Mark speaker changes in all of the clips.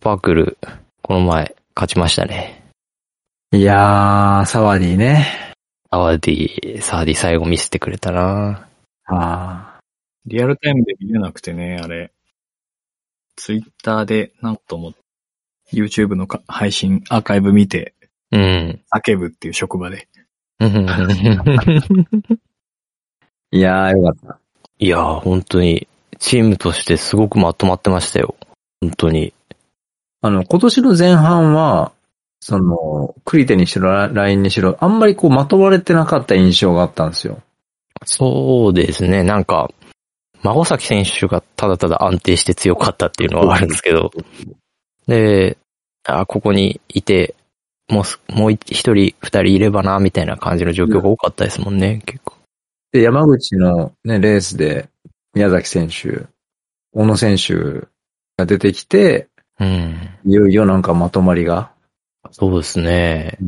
Speaker 1: パークル、この前、勝ちましたね。
Speaker 2: いやー、サワディね。
Speaker 1: アワディ、サーディ最後見せてくれたな
Speaker 2: あ
Speaker 3: リアルタイムで見れなくてね、あれ。ツイッターで、なんとも、YouTube のか配信、アーカイブ見て、
Speaker 1: うん。
Speaker 3: 叫ぶっていう職場で。
Speaker 2: ー。いやー、よかっ
Speaker 1: いやー、本当に、チームとしてすごくまとまってましたよ。本当に。
Speaker 2: た。あの、今年の前半は、その、クリテにしろ、ララインにしろ、あんまりこう、まとわれてなかった印象があったんですよ。
Speaker 1: そうですね、なんか、孫崎選手がただただ安定して強かったっていうのはあるんですけど、で、あ、ここにいて、もうす、もう一人、二人いればな、みたいな感じの状況が多かったですもんね、結構。
Speaker 2: で、山口のね、レースで、宮崎選手、小野選手が出てきて、
Speaker 1: うん。
Speaker 2: いよいよなんかまとまりが。
Speaker 1: そうですね。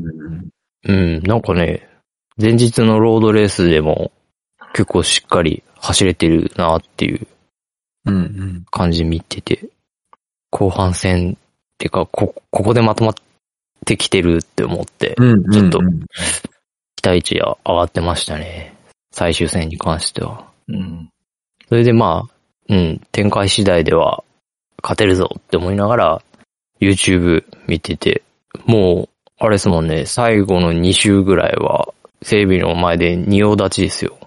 Speaker 1: うん、なんかね、前日のロードレースでも、結構しっかり走れてるなっていう
Speaker 2: うんうん。
Speaker 1: 感じ見てて、後半戦ってか、こ、ここでまとまってきてるって思って、
Speaker 2: うん、
Speaker 1: ちょっと期待値が上がってましたね。最終戦に関しては。
Speaker 3: うん。
Speaker 1: それでまあ、うん、展開次第では勝てるぞって思いながら、YouTube 見てて、もう、あれですもんね、最後の2周ぐらいは、整備の前で仁王立ちですよ。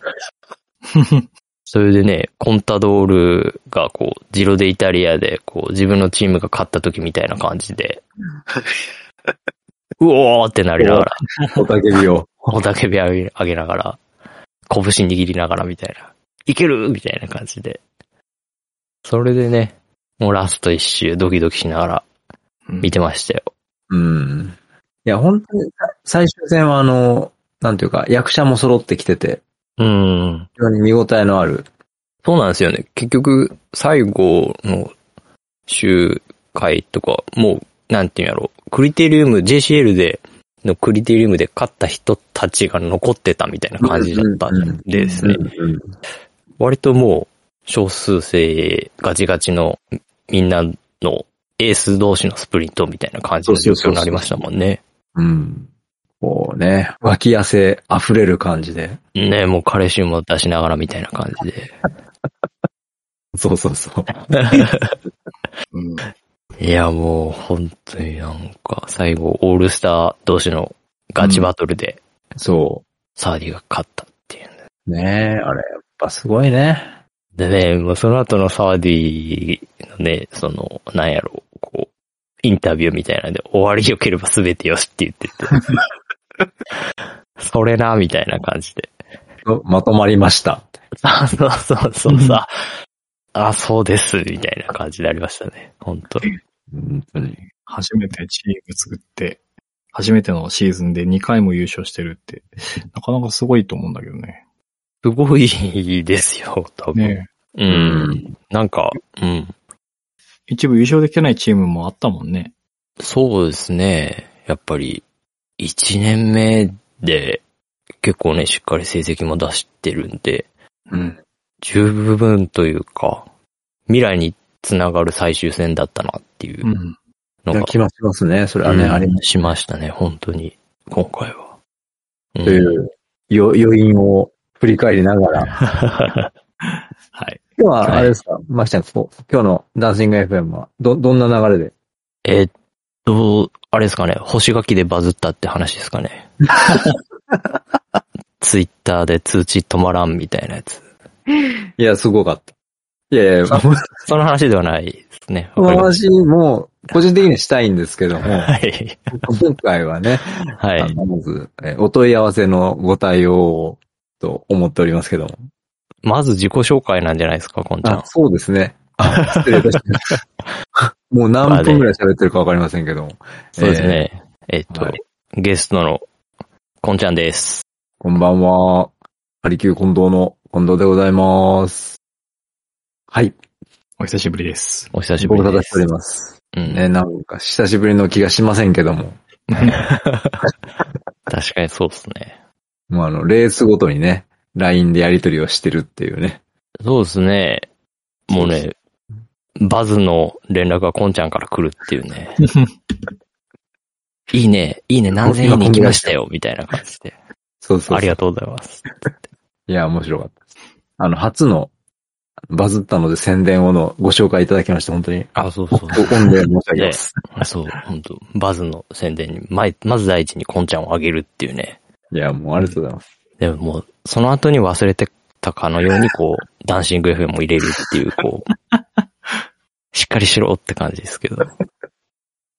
Speaker 1: それでね、コンタドールがこう、ジロでイタリアで、こう、自分のチームが勝った時みたいな感じで、うおーってなりながら、
Speaker 2: おたけびを。
Speaker 1: おたけび上げ上げながら、拳握りながらみたいな。いけるみたいな感じで。それでね、もうラスト一周ドキドキしながら見てましたよ。
Speaker 2: うん。いや、本当に、最終戦はあの、なんていうか、役者も揃ってきてて、
Speaker 1: うん。
Speaker 2: 非常に見応えのある。
Speaker 1: そうなんですよね。結局、最後の周回とか、もう、なんていうんやろう。クリテリウム、JCL で、のクリテリウムで勝った人たちが残ってたみたいな感じだったんですね。割ともう少数生ガチガチのみんなのエース同士のスプリントみたいな感じの状況になりましたもんね。
Speaker 2: うん。こうね、脇汗溢れる感じで。
Speaker 1: ねもう彼氏も出しながらみたいな感じで。
Speaker 2: そうそうそう。
Speaker 3: うん。
Speaker 1: いやもう本当になんか最後オールスター同士のガチバトルで
Speaker 2: そ
Speaker 1: サーディが勝ったっていう、
Speaker 2: う。ねあれ、やっぱすごいね。
Speaker 1: でね、もうその後のサーディのね、その、なんやろう、こう、インタビューみたいなんで、終わり良ければ全てよしって言ってて。 それな、みたいな感じで。
Speaker 2: まとまりました。
Speaker 1: あそうそうそうさ。あ、そうです、みたいな感じでありましたね。本当に。
Speaker 2: 本当に。
Speaker 3: 初めてチーム作って、初めてのシーズンで2回も優勝してるって、なかなかすごいと思うんだけどね。
Speaker 1: すごいですよ、多分。
Speaker 3: ねえ
Speaker 1: う。。
Speaker 2: うん
Speaker 1: なんか、うん。
Speaker 3: 一部優勝できてないチームもあったもんね。
Speaker 1: そうですね。やっぱり、1年目で結構ね、しっかり成績も出してるんで、
Speaker 2: うん。
Speaker 1: 十分というか、未来につながる最終戦だったなっていう
Speaker 3: うん。
Speaker 1: の
Speaker 2: いや
Speaker 1: が、
Speaker 2: 気がしますね。それはね、
Speaker 1: うん
Speaker 2: あれ
Speaker 1: しましたね、本当に、今回は。うん
Speaker 2: というよ余韻を振り返りながら。
Speaker 3: はい。
Speaker 2: 今日は、あれですか、まきちゃん、こう今日のダンシング FM は、ど、どんな流れで
Speaker 1: えっと、あれですかね、星書きでバズったって話ですか ね。ツイッターで通知止まらんみたいなやつ。
Speaker 2: いや、すごかった。いやいや、
Speaker 1: その話ではないですね。
Speaker 2: こ
Speaker 1: わか
Speaker 2: の
Speaker 1: りまし
Speaker 2: 話も、個人的にはしたいんですけども、
Speaker 1: たはい。
Speaker 2: 今回はね、
Speaker 1: は
Speaker 2: あ
Speaker 1: い。
Speaker 2: のまず、えお問い合わせのご対応を、と思っておりますけども。
Speaker 1: まず自己紹介なんじゃないですか、こんちゃ
Speaker 2: あ
Speaker 1: ん、。
Speaker 2: そうですね。あ 失礼いたしました。もう何分ぐらい喋ってるかわかりませんけども。
Speaker 1: そうですね。えっと
Speaker 2: はい、
Speaker 1: ゲストの、こんちゃんです。
Speaker 2: こんばんは。ハリキュー近藤の近藤でございます。はい。
Speaker 3: お久しぶりです。
Speaker 1: お久しぶ
Speaker 2: ご無
Speaker 1: り
Speaker 2: 沙汰
Speaker 1: で
Speaker 2: してお
Speaker 1: す
Speaker 2: り。ます。
Speaker 1: うん
Speaker 2: ね、なんか久しぶりの気がしませんけども。
Speaker 1: 確かにそうですね。
Speaker 2: もうあの、レースごとにね、LINE でやり取りをしてるっていうね。
Speaker 1: そうですね。もうね、バズの連絡がコンちゃんから来るっていう ね。いいね、いいね、何千いいね来ましたよ、みたいな感じで。
Speaker 2: そうそうそう。
Speaker 1: ありがと
Speaker 2: と
Speaker 1: うございます。
Speaker 2: う。いや、面白かったです。あの、初の、バズったので宣伝をのご紹介いただきまして、本当に。
Speaker 1: あ、そう そう
Speaker 2: ご御礼申し上げ ます。
Speaker 1: そう、本当バズの宣伝に、まい、まず第一にコンちゃんをあげるっていうね。
Speaker 2: いや、もうありがとうございます。
Speaker 1: でももう、その後に忘れてたかのように、こう、ダンシング FM を入れるっていう、こう、 しっかりしろって感じですけど。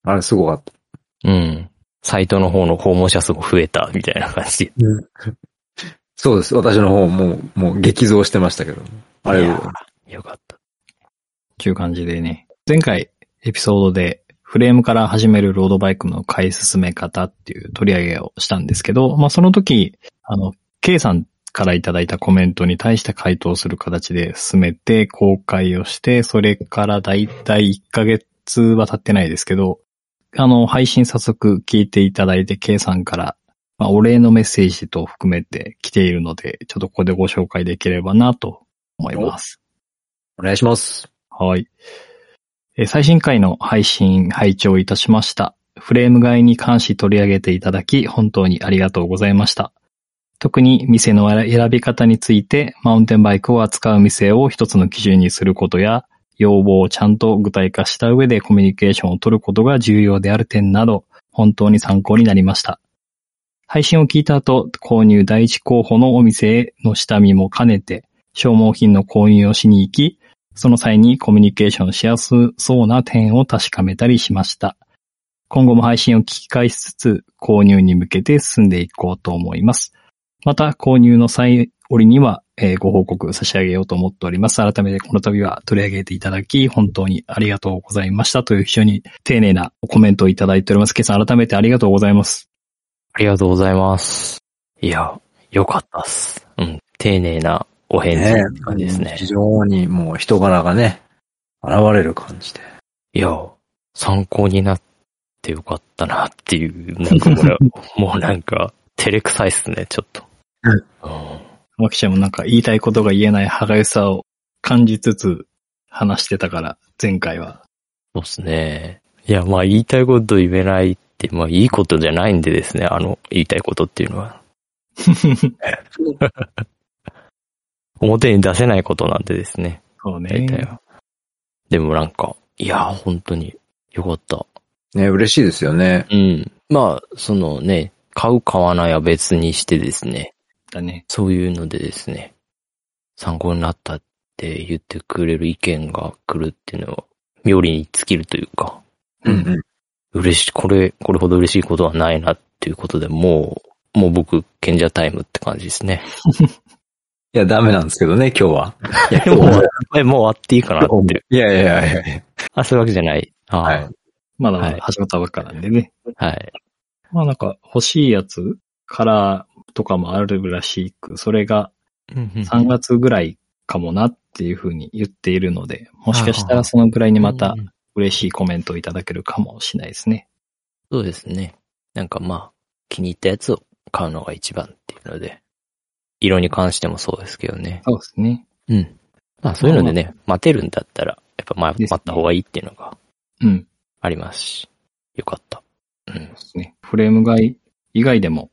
Speaker 2: あれ、すごかった。
Speaker 1: うん。サイトの方の訪問者数も増えた、みたいな感じ。
Speaker 2: そうです。私の方もう、もう激増してましたけど。ありがとうございます。
Speaker 1: いやよかった。
Speaker 3: ていう感じでね。前回エピソードでフレームから始めるロードバイクの買い進め方っていう取り上げをしたんですけど、まあその時、あの、K さんからいただいたコメントに対して回答する形で進めて公開をして、それからだいたい1ヶ月は経ってないですけど、あの、配信早速聞いていただいて K さんから、まあ、お礼のメッセージと含めて来ているので、ちょっとここでご紹介できればなと思います。
Speaker 2: お願いします。
Speaker 3: はい。えー最新回の配信、拝聴いたしました。フレーム外に関し取り上げていただき、本当にありがとうございました。特に店の選び方について、マウンテンバイクを扱う店を一つの基準にすることや、要望をちゃんと具体化した上でコミュニケーションを取ることが重要である点など、本当に参考になりました。配信を聞いた後、購入第一候補のお店への下見も兼ねて、消耗品の購入をしに行き、その際にコミュニケーションしやすそうな点を確かめたりしました。今後も配信を聞き返しつつ、購入に向けて進んでいこうと思います。また、購入の際折には、えーご報告差し上げようと思っております。改めてこの度は取り上げていただき、本当にありがとうございましたという非常に丁寧なコメントをいただいております。ケイさん、改めてありがとうございます。
Speaker 1: ありがとうございます。いや、よかったっす。うん。丁寧なお返事って感じですね。
Speaker 2: 非常にもう人柄がね、現れる感じで。
Speaker 1: いや、参考になってよかったなっていう、なんかこれ、 もうなんか、照れくさいっすね、ちょっと。
Speaker 2: うん
Speaker 1: うん
Speaker 3: マキちゃんもなんか言いたいことが言えない歯がゆさを感じつつ話してたから、前回は
Speaker 1: そうっすね。いや、まあ言いたいこと言えないって、まあいいことじゃないんでですね、あの、言いたいことっていうのは。表に出せないことなんでですね。
Speaker 3: そうね。
Speaker 1: 大体は。でもなんか、いや、本当によかった。
Speaker 2: ね、嬉しいですよね。
Speaker 1: うん。まあ、そのね、買う買わないは別にしてですね、
Speaker 3: だね。
Speaker 1: そういうのでですね、参考になったって言ってくれる意見が来るっていうのは、妙利に尽きるというか。
Speaker 2: うんうん。
Speaker 1: 嬉しい、これ、これほど嬉しいことはないなっていうことで、もう、もう僕、賢者タイムって感じですね。
Speaker 2: いや、ダメなんですけどね、今日は。いや、
Speaker 1: もう終わ、えもう終わっていいかなって。
Speaker 2: いやいやいやいや。
Speaker 1: あ、そういうわけじゃない。あ
Speaker 2: は
Speaker 1: はい
Speaker 2: い。。
Speaker 3: まだま
Speaker 1: は
Speaker 3: だ
Speaker 1: い
Speaker 3: 始まったばっかなんでね。
Speaker 1: はい。
Speaker 3: まあなんか欲しいやつカラーとかもあるらしく、それが3月ぐらいかもなっていうふうに言っているので、もしかしたらそのぐらいにまた
Speaker 1: うん
Speaker 3: 嬉しいコメントをいただけるかもしれないですね。
Speaker 1: そうですね。なんかまあ、気に入ったやつを買うのが一番っていうので、色に関してもそうですけどね。
Speaker 3: そうですね。
Speaker 1: うん。まあそういうのでね、待てるんだったら、やっぱ待待った方がいいっていうのが
Speaker 3: うん。
Speaker 1: ありますし、よかった。うん
Speaker 3: そう。ですね。フレーム外以外でも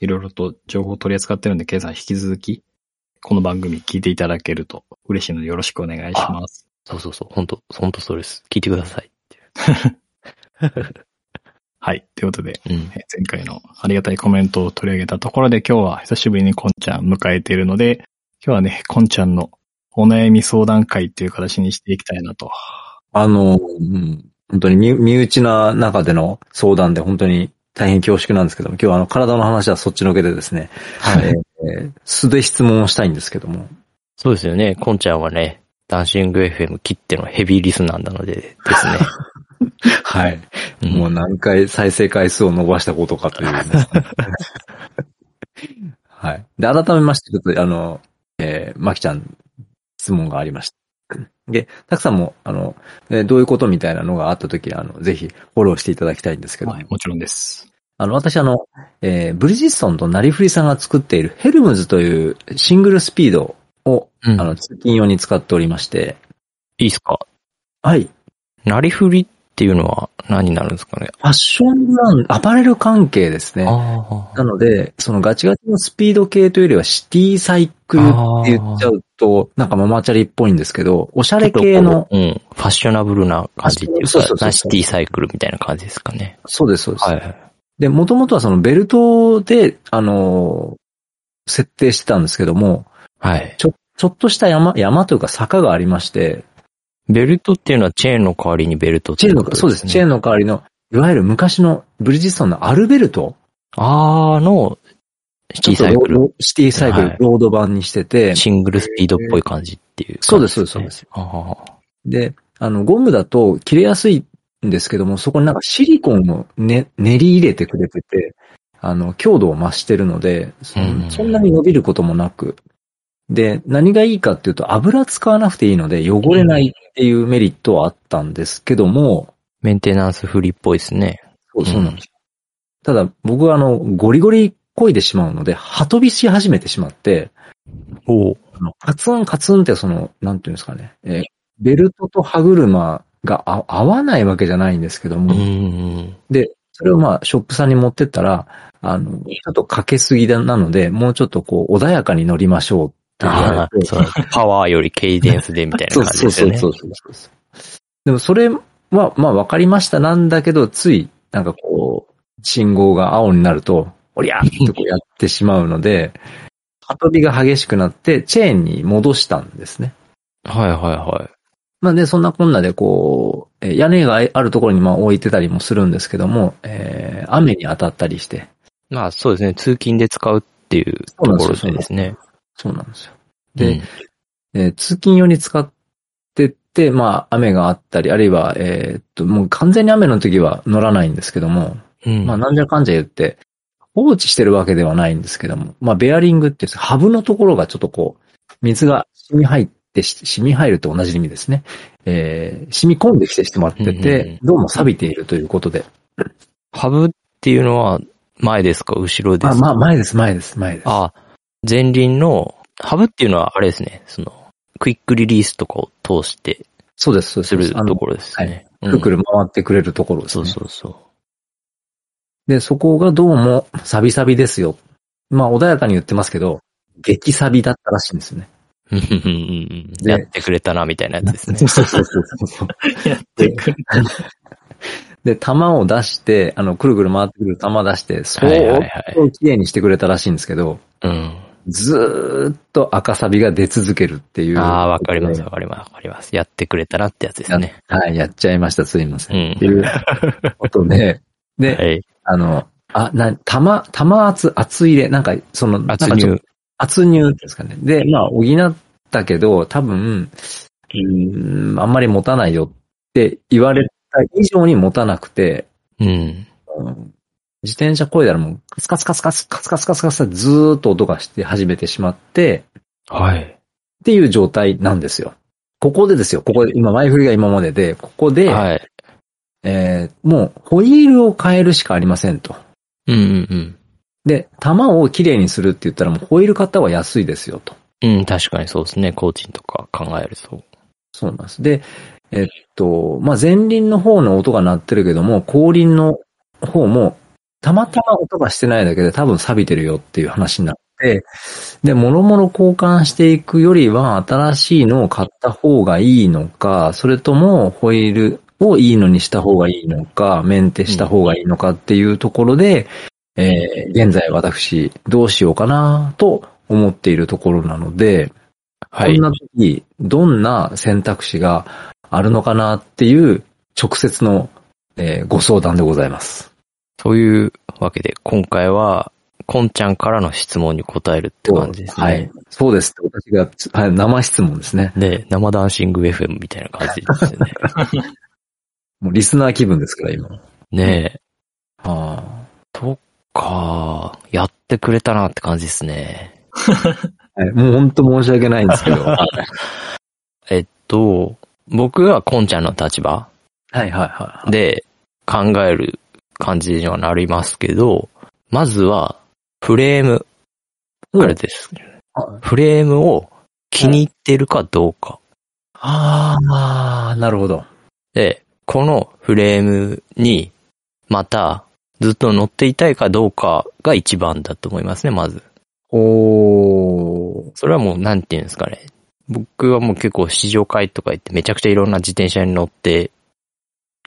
Speaker 3: いろいろと情報を取り扱ってるんで、ケイさん引き続きこの番組聞いていただけると嬉しいのでよろしくお願いします。
Speaker 1: そうそうそう。本当本当そうです。聞いてくださいっていう。
Speaker 3: はい。ということで、
Speaker 1: うん。
Speaker 3: えー前回のありがたいコメントを取り上げたところで今日は久しぶりにこんちゃん迎えているので、今日はね、こんちゃんのお悩み相談会っていう形にしていきたいなと。
Speaker 2: あの、うん、本当に身身内な中での相談で本当に大変恐縮なんですけども、今日はあの体の話はそっちのけでですね、
Speaker 1: はい。
Speaker 2: えー素で質問をしたいんですけども。
Speaker 1: そうですよね。こんちゃんはね、ダンシング FM 切ってのヘビーリスナーなのでですね。
Speaker 2: はい。
Speaker 1: うん
Speaker 2: もう何回再生回数を伸ばしたことかというね、 はい。で、改めまして、ちょっと、あの、えー、まきちゃん、質問がありました。で、たくさんも、あの、えーどういうことみたいなのがあったとき、あの、ぜひ、フォローしていただきたいんですけど、
Speaker 3: はい、もちろんです。
Speaker 2: あの、私、あの、えーブリヂストンとなりふりさんが作っているヘルムズというシングルスピードを、
Speaker 1: うん
Speaker 2: あの、通勤用に使っておりまして、
Speaker 1: いいっすか
Speaker 2: はい。
Speaker 1: なりふりっていうのは何になるんですかね。
Speaker 2: ファッションブランド、アパレル関係ですね。
Speaker 1: あ
Speaker 2: なので、そのガチガチのスピード系というよりはシティサイクルって言っちゃうと、なんかママチャリっぽいんですけど、おしゃれ系の、
Speaker 1: うん。ファッショナブルな感じっていうか、
Speaker 2: そうそうそうそう
Speaker 1: ナシティサイクルみたいな感じですかね。
Speaker 2: そうです、そうです。
Speaker 1: い。
Speaker 2: で、もともとはそのベルトで、あのー設定してたんですけども、
Speaker 1: はい。
Speaker 2: ちょっとした山、山というか坂がありまして、
Speaker 1: ベルトっていうのはチェーンの代わりにベルトって
Speaker 2: チェ
Speaker 1: い
Speaker 2: ーン
Speaker 1: こ
Speaker 2: の、
Speaker 1: と
Speaker 2: そうです、チェーンの代わりの、いわゆる昔のブリヂストンのアルベルト、
Speaker 1: あーの、シティ
Speaker 2: ちょ
Speaker 1: サ
Speaker 2: っ
Speaker 1: イ
Speaker 2: と
Speaker 1: ク
Speaker 2: ロ
Speaker 1: ル、
Speaker 2: ーシティサイク
Speaker 1: は
Speaker 2: ル
Speaker 1: い、
Speaker 2: ロード版にしてて、
Speaker 1: シングルスピードっぽい感じっていう、。
Speaker 2: そうです、そうです、そうですす。
Speaker 1: あー
Speaker 2: で、あの、ゴムだと切れやすいんですけども、そこになんかシリコンを、ね、練り入れてくれてて、あの、強度を増してるので、そ
Speaker 1: うん
Speaker 2: そんなに伸びることもなく。で、何がいいかっていうと、油使わなくていいので汚れないっていうメリットはあったんですけども、
Speaker 1: メンテナンスフリーっぽいですね。
Speaker 2: そうそうなんですよ。ただ、僕はあの、ゴリゴリ漕いでしまうので、歯飛びし始めてしまって、
Speaker 1: お
Speaker 2: あのカツンカツンってその、なんていうんですかね、えーベルトと歯車があ合わないわけじゃないんですけど
Speaker 1: う
Speaker 2: も、
Speaker 1: ん。
Speaker 2: それをまあ、ショップさんに持ってったら、あの、ちょっとかけすぎだなので、もうちょっとこう、穏やかに乗りましょうって言われて。
Speaker 1: そうパワーよりケイデンスでみたいな感じですよね。
Speaker 2: そうそうそうそうでもそれは、まあ、わかりましたなんだけど、つい、なんかこう、信号が青になると、おりゃーってこうやってしまうの で、歯飛びが激しくなって、チェーンに戻したんですね。
Speaker 1: はいはいはい。
Speaker 2: まあで、そんなこんなでこう、えー屋根があるところにまあ置いてたりもするんですけども、えー雨に当たったりして、
Speaker 1: まあそうですね、通勤で使うっていうところでですね。
Speaker 2: そうなんですよ。
Speaker 1: う
Speaker 2: で、
Speaker 1: ん
Speaker 2: えー通勤用に使ってって、まあ雨があったり、あるいは、えーっと、もう完全に雨の時は乗らないんですけども、
Speaker 1: うん
Speaker 2: まあなんじゃかんじゃ言って、放置してるわけではないんですけども、まあベアリングって言ってハブのところがちょっとこう、水が染み入ってし、染み入ると同じ意味ですね。えー染み込んできてしまって
Speaker 1: うんうんうん
Speaker 2: て、どうも錆びているということで。
Speaker 1: ハブっていうのは前ですか後ろです
Speaker 2: あ、
Speaker 1: か
Speaker 2: まあ前です、前です、前です。
Speaker 1: あ、前輪の、ハブっていうのはあれですね、その、クイックリリースとかを通して
Speaker 2: そうです、そうですす。
Speaker 1: る
Speaker 2: あ
Speaker 1: と
Speaker 2: の、
Speaker 1: ころですね。
Speaker 2: くるく
Speaker 1: る。
Speaker 2: る回ってくれるところです
Speaker 1: そ
Speaker 2: ね。
Speaker 1: うそうそう。
Speaker 2: で、そこがどうも、サビサビですよ。まあ穏やかに言ってますけど、激サビだったらしいんですよね。
Speaker 1: うんうんうんうん
Speaker 2: で
Speaker 1: やってくれたな、みたいなやつですね。
Speaker 2: そうそうそうそう。
Speaker 3: やってくる。
Speaker 2: で、弾を出して、あの、くるくる回ってくる弾出して、そ
Speaker 1: はいはいうはい。
Speaker 2: 綺麗にしてくれたらし いんですけど、
Speaker 1: うん。
Speaker 2: ずーっと赤サビが出続けるっていう。
Speaker 1: ああ、わかります、わかります、わかります。やってくれたなってやつですね。
Speaker 2: はい、やっちゃいました、すいませ。
Speaker 1: うんん
Speaker 2: って。いうこと で、で、
Speaker 1: はい。
Speaker 2: あの、あ、な、玉、玉圧、圧入れ、なんか、その、なん
Speaker 1: 圧
Speaker 2: かちょっ
Speaker 1: 入
Speaker 2: と。圧入っていうんですかね。で、まあ、補ったけど、多分、うーん、あんまり持たないよって言われた以上に持たなくて、
Speaker 1: うん。
Speaker 2: うん自転車こいだらもう、カスカスカスカスカスカスカスカスずーっと音がして始めてしまって、
Speaker 1: はい。
Speaker 2: っていう状態なんですよ。ここでですよ。ここで、今、前振りが今までで、ここで、
Speaker 1: はい。
Speaker 2: えーもう、ホイールを変えるしかありませんと。
Speaker 1: うんうん
Speaker 2: で、玉をきれいにするって言ったら、もうホイール買った方が安いですよと。
Speaker 1: うん。うん、確かにそうですね。コーチンとか考えると。
Speaker 2: そうなんです。で、えっと、まあ、前輪の方の音が鳴ってるけども、後輪の方も、たまたま音がしてないだけで多分錆びてるよっていう話になって、で、もろもろ交換していくよりは、新しいのを買った方がいいのか、それともホイールをいいのにした方がいいのか、メンテした方がいいのかっていうところで、えー現在私、どうしようかなと思っているところなので、
Speaker 1: は
Speaker 2: こ
Speaker 1: い
Speaker 2: ん。な時、どんな選択肢があるのかなっていう直接の、えーご相談でございます。
Speaker 1: というわけで、今回は、こんちゃんからの質問に答えるって感じですね。
Speaker 2: はい。そうです。私が、つはい、生質問ですね。
Speaker 1: で、生ダンシング FM みたいな感じですよ ね。
Speaker 2: もうリスナー気分ですから、今。
Speaker 1: ねえ。
Speaker 2: あ
Speaker 1: とか、やってくれたなって感じですね。
Speaker 2: あ。はいもう本当申し訳ないんです けど。はい
Speaker 1: えっと、僕はこんちゃんの立場
Speaker 2: はいはい。
Speaker 1: で考える感じにはなりますけど、まずは、フレーム。
Speaker 2: うん
Speaker 1: あれです。
Speaker 2: は
Speaker 1: フレームを気に入ってるかどうか。
Speaker 2: ああ、なるほど。
Speaker 1: で、このフレームに、また、ずっと乗っていたいかどうかが一番だと思いますね、まず。
Speaker 2: おー。
Speaker 1: それはもう、なんていうんですかね。僕はもう結構試乗会とか行ってめちゃくちゃいろんな自転車に乗って、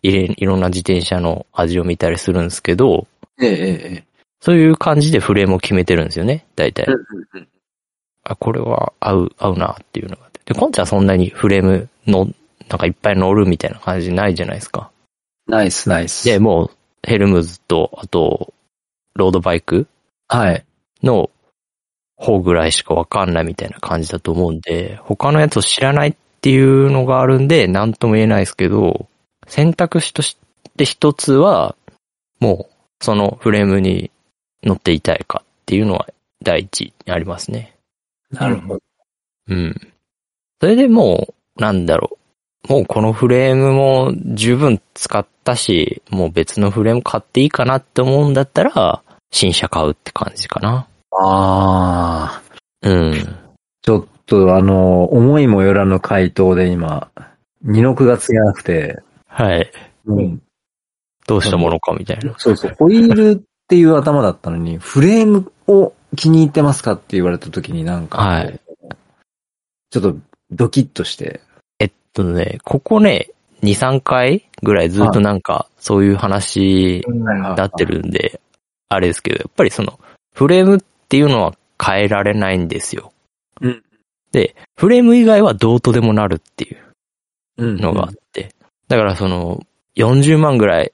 Speaker 1: いれいろんな自転車の味を見たりするんですけど、
Speaker 2: ええええ。
Speaker 1: そういう感じでフレームを決めてるんですよね、大体
Speaker 2: うん。うんうん
Speaker 1: あ、これは合う、合うなっていうのがあって。で、コンちゃんそんなにフレームの、なんかいっぱい乗るみたいな感じないじゃないですか。
Speaker 2: ナイスナイス。
Speaker 1: で、もう、ヘルムズと、あと、ロードバイク
Speaker 2: はい。
Speaker 1: の方ぐらいしかわかんないみたいな感じだと思うんで、他のやつを知らないっていうのがあるんで、なんとも言えないですけど、選択肢として一つは、もう、そのフレームに乗っていたいかっていうのは第一にありますね。
Speaker 2: なるほど。
Speaker 1: うん。それでもう、なんだろう。もうこのフレームも十分使ったし、もう別のフレーム買っていいかなって思うんだったら、新車買うって感じかな。
Speaker 2: ああ。
Speaker 1: うん。
Speaker 2: ちょっとあの、思いもよらぬ回答で今、二の句がつけなくて、
Speaker 1: はい。
Speaker 2: うん、
Speaker 1: どうしたものかみたいな。
Speaker 2: そうそう、ホイールっていう頭だったのに、フレームを気に入ってますかって言われた時になんか、
Speaker 1: はい
Speaker 2: ちょっとドキッとして、
Speaker 1: えっとね、ここね、2、3回ぐらいずっとなんか、そういう話になってるんで、あれですけど、やっぱりその、フレームっていうのは変えられないんですよ。
Speaker 2: うん
Speaker 1: で、フレーム以外はどうとでもなるっていう。
Speaker 2: うん
Speaker 1: のがあって。だからその、40万ぐらい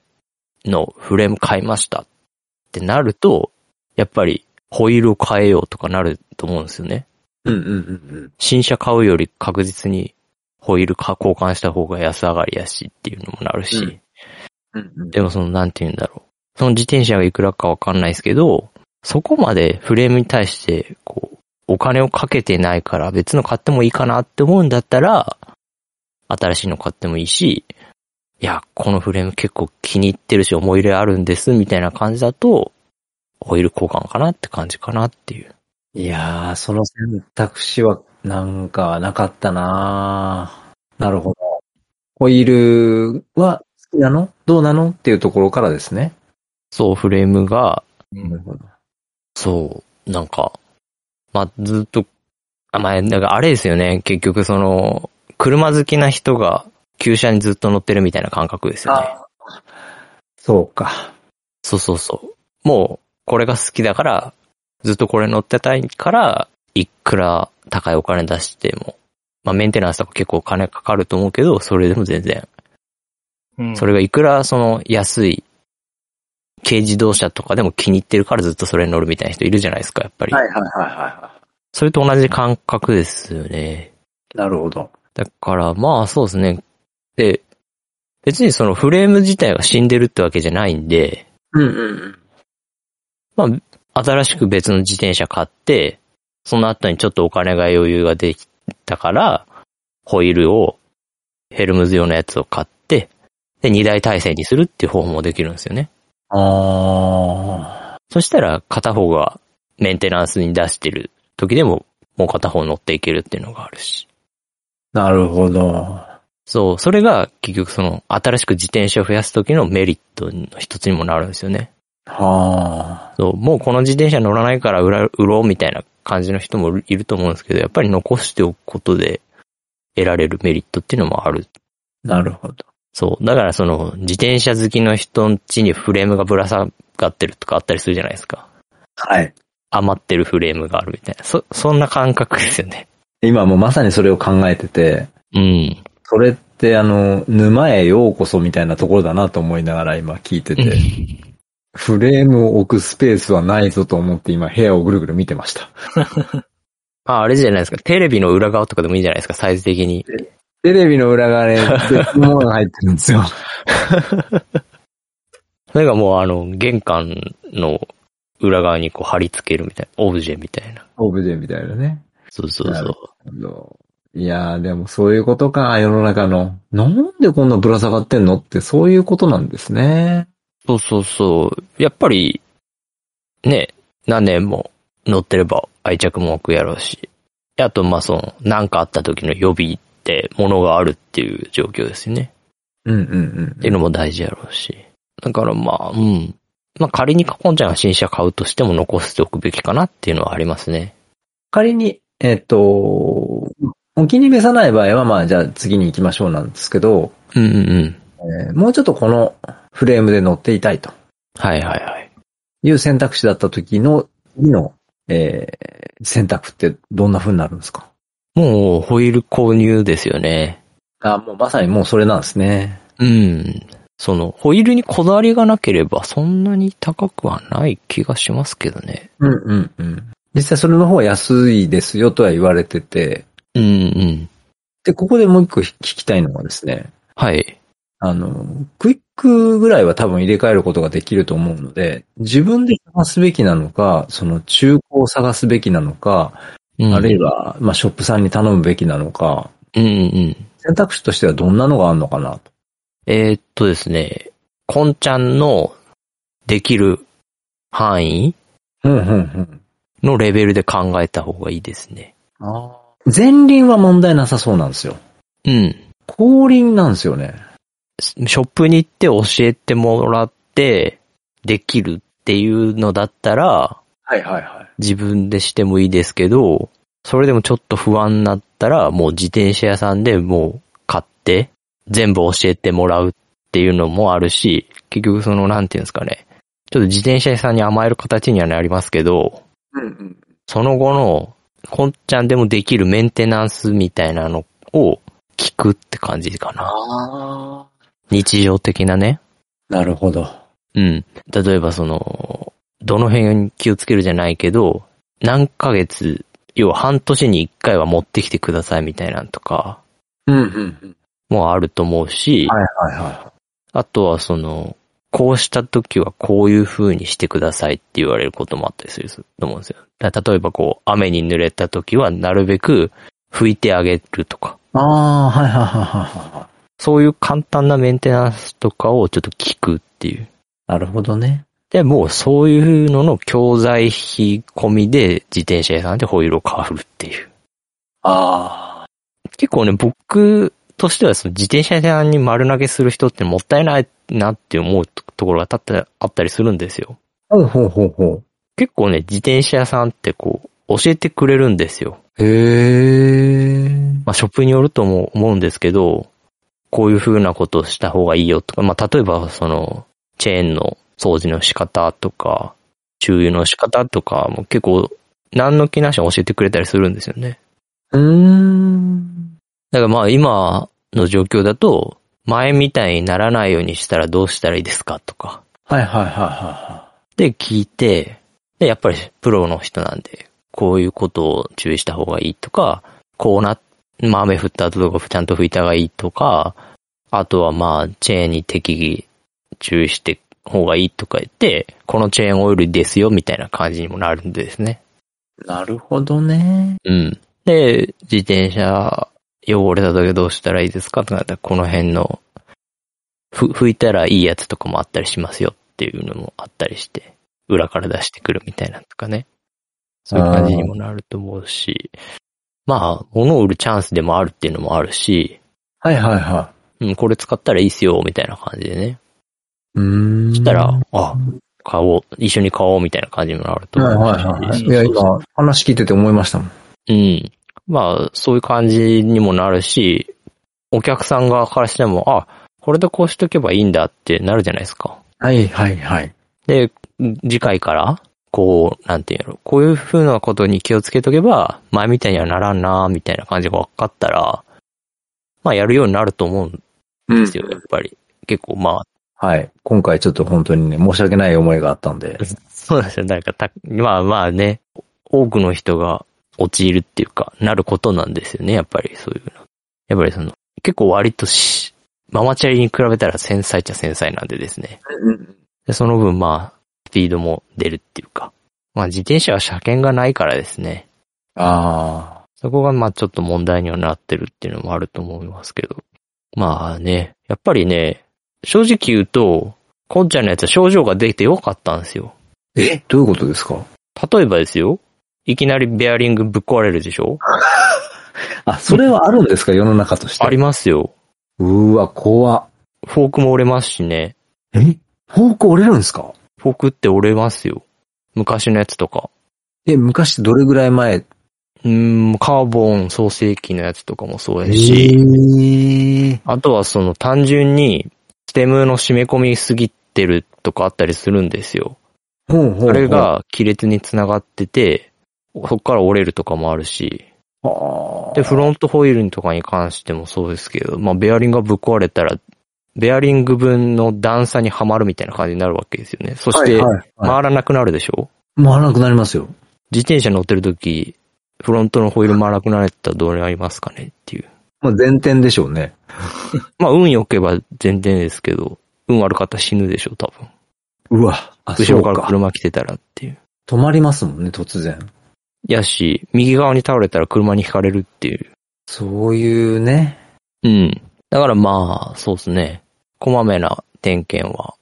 Speaker 1: のフレーム買いましたってなると、やっぱりホイールを変えようとかなると思うんですよね。
Speaker 2: うんうんうん
Speaker 1: 新車買うより確実にホイールか交換した方が安上がりやしっていうのもなるし、
Speaker 2: うんうんうん。
Speaker 1: でもそのなんて言うんだろう。その自転車がいくらかわかんないですけど、そこまでフレームに対して、こう、お金をかけてないから別の買ってもいいかなって思うんだったら、新しいの買ってもいいし、いや、このフレーム結構気に入ってるし思い入れあるんですみたいな感じだと、ホイール交換かなって感じかなっていう。
Speaker 2: いやー、その選択肢はなんかなかったなーなるほど。ホイールは好きなのどうなのっていうところからですね。
Speaker 1: そう、フレームが、
Speaker 2: なるほど。
Speaker 1: そう、なんか、まあ、ずっと、あ、まあ、だからあれですよね。結局その、車好きな人が、旧車にずっと乗ってるみたいな感覚ですよね。
Speaker 2: あそうか。
Speaker 1: そうそうそう。もう、これが好きだから、ずっとこれ乗ってたいから、いくら高いお金出しても、まあメンテナンスとか結構お金かかると思うけど、それでも全然
Speaker 3: うん
Speaker 1: それがいくらその安い軽自動車とかでも気に入ってるからずっとそれに乗るみたいな人いるじゃないですか、やっぱり。
Speaker 2: いはいはいは
Speaker 1: それと同じ感覚ですよね。
Speaker 2: い。なるほど。
Speaker 1: だからまあそうですね。で、別にそのフレーム自体が死んでるってわけじゃないんで、
Speaker 2: うんうん
Speaker 1: まあ新しく別の自転車買って、その後にちょっとお金が余裕ができたから、ホイールをヘルムズ用のやつを買って、で、二台体制にするっていう方法もできるんですよね。
Speaker 2: あ
Speaker 1: そしたら片方がメンテナンスに出してる時でももう片方乗っていけるっていうのがあるし。
Speaker 2: ー、なるほど。
Speaker 1: そう、それが結局その新しく自転車を増やす時のメリットの一つにもなるんですよね。
Speaker 2: はあ。
Speaker 1: そう、もうこの自転車乗らないから売ら売ろうみたいな感じの人もいると思うんですけど、やっぱり残しておくことで得られるメリットっていうのもある。
Speaker 2: なるほど。
Speaker 1: そう。だからその自転車好きの人ん家にフレームがぶら下がってるとかあったりするじゃないですか。
Speaker 2: はい。
Speaker 1: 余ってるフレームがあるみたいな。そ、そんな感覚ですよね。
Speaker 2: 今もうまさにそれを考えてて、
Speaker 1: うん。
Speaker 2: それってあの、沼へようこそみたいなところだなと思いながら今聞いてて、フレームを置くスペースはないぞと思って今部屋をぐるぐる見てました。
Speaker 1: ま あ、あれじゃないですか。テレビの裏側とかでもいいんじゃないですか、サイズ的に。
Speaker 2: テレビの裏側に別のものが入ってるんです よ。
Speaker 1: それがもう、あの、玄関の裏側にこう貼り付けるみたいな、オブジェみたいな。
Speaker 2: オブジェみたいなね。
Speaker 1: そうそう
Speaker 2: な
Speaker 1: そ
Speaker 2: る
Speaker 1: う。
Speaker 2: あのいやーでもそういうことか、世の中の。なんでこんなぶら下がってんのってそういうことなんですね。
Speaker 1: そうそうそう。やっぱり、ね、何年も乗ってれば愛着も湧くやろうし。あと、まあ、その、なんかあった時の予備ってものがあるっていう状況ですよね。
Speaker 2: うんうんうん
Speaker 1: っていうのも大事やろうし。だからまあ、うん。まあ仮にカコンちゃんが新車買うとしても残しておくべきかなっていうのはありますね。
Speaker 2: 仮に、えっと、お気に召さない場合は、まあ、じゃあ次に行きましょうなんですけど、
Speaker 1: うんうんうん。
Speaker 2: えーもうちょっとこのフレームで乗っていたいと
Speaker 1: はいはいはい。
Speaker 2: いう選択肢だった時の、次の、えー選択ってどんな風になるんですか
Speaker 1: もうホイール購入ですよね。
Speaker 2: あ、もうまさにもうそれなんですね。
Speaker 1: うん。その、ホイールにこだわりがなければ、そんなに高くはない気がしますけどね。
Speaker 2: うんうんうん。実際それの方が安いですよとは言われてて、
Speaker 1: うんうん。
Speaker 2: で、ここでもう一個聞きたいのがですね、
Speaker 1: はい。
Speaker 2: あの、クイックぐらいは多分入れ替えることができると思うので、自分で探すべきなのか、その中古を探すべきなのか、
Speaker 1: うん、
Speaker 2: あるいは、まあ、ショップさんに頼むべきなのか、
Speaker 1: うんうん。
Speaker 2: 選択肢としてはどんなのがあるのかなと。
Speaker 1: えーっとですね、こんちゃんのできる範囲
Speaker 2: うんうんうん。
Speaker 1: のレベルで考えた方がいいですね。
Speaker 2: 前輪は問題なさそうなんですよ。
Speaker 1: うん。
Speaker 2: 後輪なんですよね。
Speaker 1: ショップに行って教えてもらって、できるっていうのだったら、
Speaker 2: はいはいはい。
Speaker 1: 自分でしてもいいですけど、それでもちょっと不安になったら、もう自転車屋さんでもう買って、全部教えてもらうっていうのもあるし、結局その、なんていうんですかね。ちょっと自転車屋さんに甘える形にはなりますけど、
Speaker 2: うんうん。
Speaker 1: その後の、こんちゃんでもできるメンテナンスみたいなのを聞くって感じかな。
Speaker 2: ああ。
Speaker 1: 日常的なね。
Speaker 2: なるほど。
Speaker 1: うん。例えばその、どの辺に気をつけるじゃないけど、何ヶ月、要は半年に一回は持ってきてくださいみたいなんとか、
Speaker 2: うんうんうん。
Speaker 1: もあると思うし、
Speaker 2: はいはいは
Speaker 1: あとはその、こうした時はこういう風にしてくださいって言われることもあったりすると思うんですよ。だから例えばこう、雨に濡れた時はなるべく拭いてあげるとか、
Speaker 2: い。ああ、はいはいはいはいはい。
Speaker 1: そういう簡単なメンテナンスとかをちょっと聞くっていう。
Speaker 2: なるほどね。
Speaker 1: で、もうそういうのの教材費込みで自転車屋さんでホイールを買うっていう。
Speaker 2: ああ。
Speaker 1: 結構ね、僕としてはその自転車屋さんに丸投げする人ってもったいないなって思うところがたったあったりするんですよ。
Speaker 2: ほうほうほうほ
Speaker 1: 結構ね、自転車屋さんってこう、教えてくれるんですよ。
Speaker 2: う。へえ。
Speaker 1: まあ、ショップによるとも思うんですけど、こういう風なことをした方がいいよとか、まあ、例えばその、チェーンの掃除の仕方とか、注油の仕方とかも結構、何の気なしに教えてくれたりするんですよね。
Speaker 2: うーん。
Speaker 1: だからまあ今の状況だと、前みたいにならないようにしたらどうしたらいいですかとか。
Speaker 2: はいはいはいは
Speaker 1: で、聞いて、で、やっぱりプロの人なんで、こういうことを注意した方がいいとか、こうな、まあ雨降った後とかちゃんと拭いた方がいいとか、あとはまあチェーンに適宜注意して方がいいとか言って、このチェーンオイルですよみたいな感じにもなるんですね。
Speaker 2: い。なるほどね。
Speaker 1: うん。で、自転車汚れた時どうしたらいいですかとかだったら、この辺の、ふ、拭いたらいいやつとかもあったりしますよっていうのもあったりして、裏から出してくるみたいなのとかね。そういう感じにもなると思うし、まあ、物を売るチャンスでもあるっていうのもあるし、
Speaker 2: はいはいは
Speaker 1: うん、これ使ったらいいっすよ、みたいな感じでね。
Speaker 2: い。うーん。
Speaker 1: そしたら、あ、買おう、一緒に買おうみたいな感じにもなると思うし。
Speaker 2: はいはいはい。い
Speaker 1: そ
Speaker 2: や、
Speaker 1: うそうそう
Speaker 2: 今、話聞いてて思いましたもん。
Speaker 1: うん。まあ、そういう感じにもなるし、お客さん側からしても、あ、これでこうしとけばいいんだってなるじゃないですか。
Speaker 2: はいはいはい。
Speaker 1: で、次回から、こう、なんていうの、こういう風なことに気をつけとけば、前みたいにはならんな、みたいな感じが分かったら、まあ、やるようになると思うん
Speaker 2: うん
Speaker 1: ですよ、やっぱり。結構、まあ、
Speaker 2: はい。今回ちょっと本当にね、申し訳ない思いがあったんで。
Speaker 1: そうですよ。なんかた、まあまあね、多くの人が陥るっていうか、なることなんですよね、やっぱりそういうの。やっぱりその、結構割とし、ママチャリに比べたら繊細っちゃ繊細なんでですね。でその分まあ、スピードも出るっていうか。まあ自転車は車検がないからですね。
Speaker 2: ああ。
Speaker 1: そこがまあちょっと問題にはなってるっていうのもあると思いますけど。まあね、やっぱりね、正直言うと、こんちゃんのやつは症状が出てよかったんですよ。
Speaker 2: えどういうことですか
Speaker 1: 例えばですよ、いきなりベアリングぶっ壊れるでしょ
Speaker 2: あ、それはあるんですか世の中として。
Speaker 1: ありますよ。
Speaker 2: うーわ、怖っ
Speaker 1: フォークも折れますしね。
Speaker 2: えフォーク折れるんですか
Speaker 1: フォークって折れますよ。昔のやつとか。
Speaker 2: え、昔ってどれぐらい前
Speaker 1: うーん、カーボン創世記のやつとかもそうや
Speaker 2: え
Speaker 1: し、
Speaker 2: ー
Speaker 1: あとはその単純に、ステムの締め込みすぎてるとかあったりするんですよ。
Speaker 2: ほうほうほう
Speaker 1: それ、が亀裂につながってて、そっから折れるとかもあるし、で、フ
Speaker 2: ロ
Speaker 1: ロントホイールとかに関してもそうですけど、まあ、ベアリングがぶっ壊れたら、ベアリング分の段差にはまるみたいな感じになるわけですよね。そして、回らなくなるでしょ
Speaker 2: 回らなくなりますよ。
Speaker 1: 自転車乗ってるとき、フロントのホイール回らなくなれたらどうなりますかねっていう。
Speaker 2: まあ、前転でしょうね。
Speaker 1: まあ、運良ければ前提ですけど、運悪かったら死ぬでしょ、多分。
Speaker 2: うわ、あ、
Speaker 1: 後
Speaker 2: そう
Speaker 1: ろから
Speaker 2: か。
Speaker 1: 車来てたらっていう。
Speaker 2: 止まりますもんね、突然。
Speaker 1: やし、右側に倒れたら車に轢かれるっていう。
Speaker 2: そういうね。
Speaker 1: うん。だからまあ、そうですね。こまめな点検は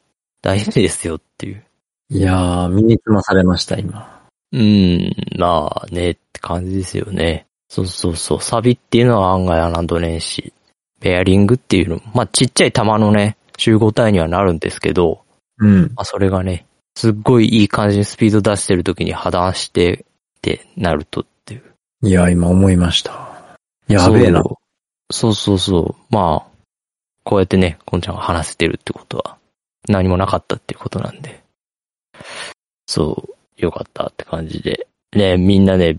Speaker 1: 大事ですよっていう。
Speaker 2: いやー、身につまされました、今。
Speaker 1: うん、まあねって感じですよね。そうそうそう。サビっていうのは案外侮れんし、ペアリングっていうの、まあちっちゃい玉のね、集合体にはなるんですけど、
Speaker 2: うん。
Speaker 1: まあそれがね、すっごいいい感じにスピード出してる時に破断してってなるとっていう。
Speaker 2: いや、今思いました。やべえな。
Speaker 1: そう。そうそうそう。まあ、こうやってね、こんちゃんが話せてるってことは、何もなかったっていうことなんで。そう、よかったって感じで。ね、みんなね、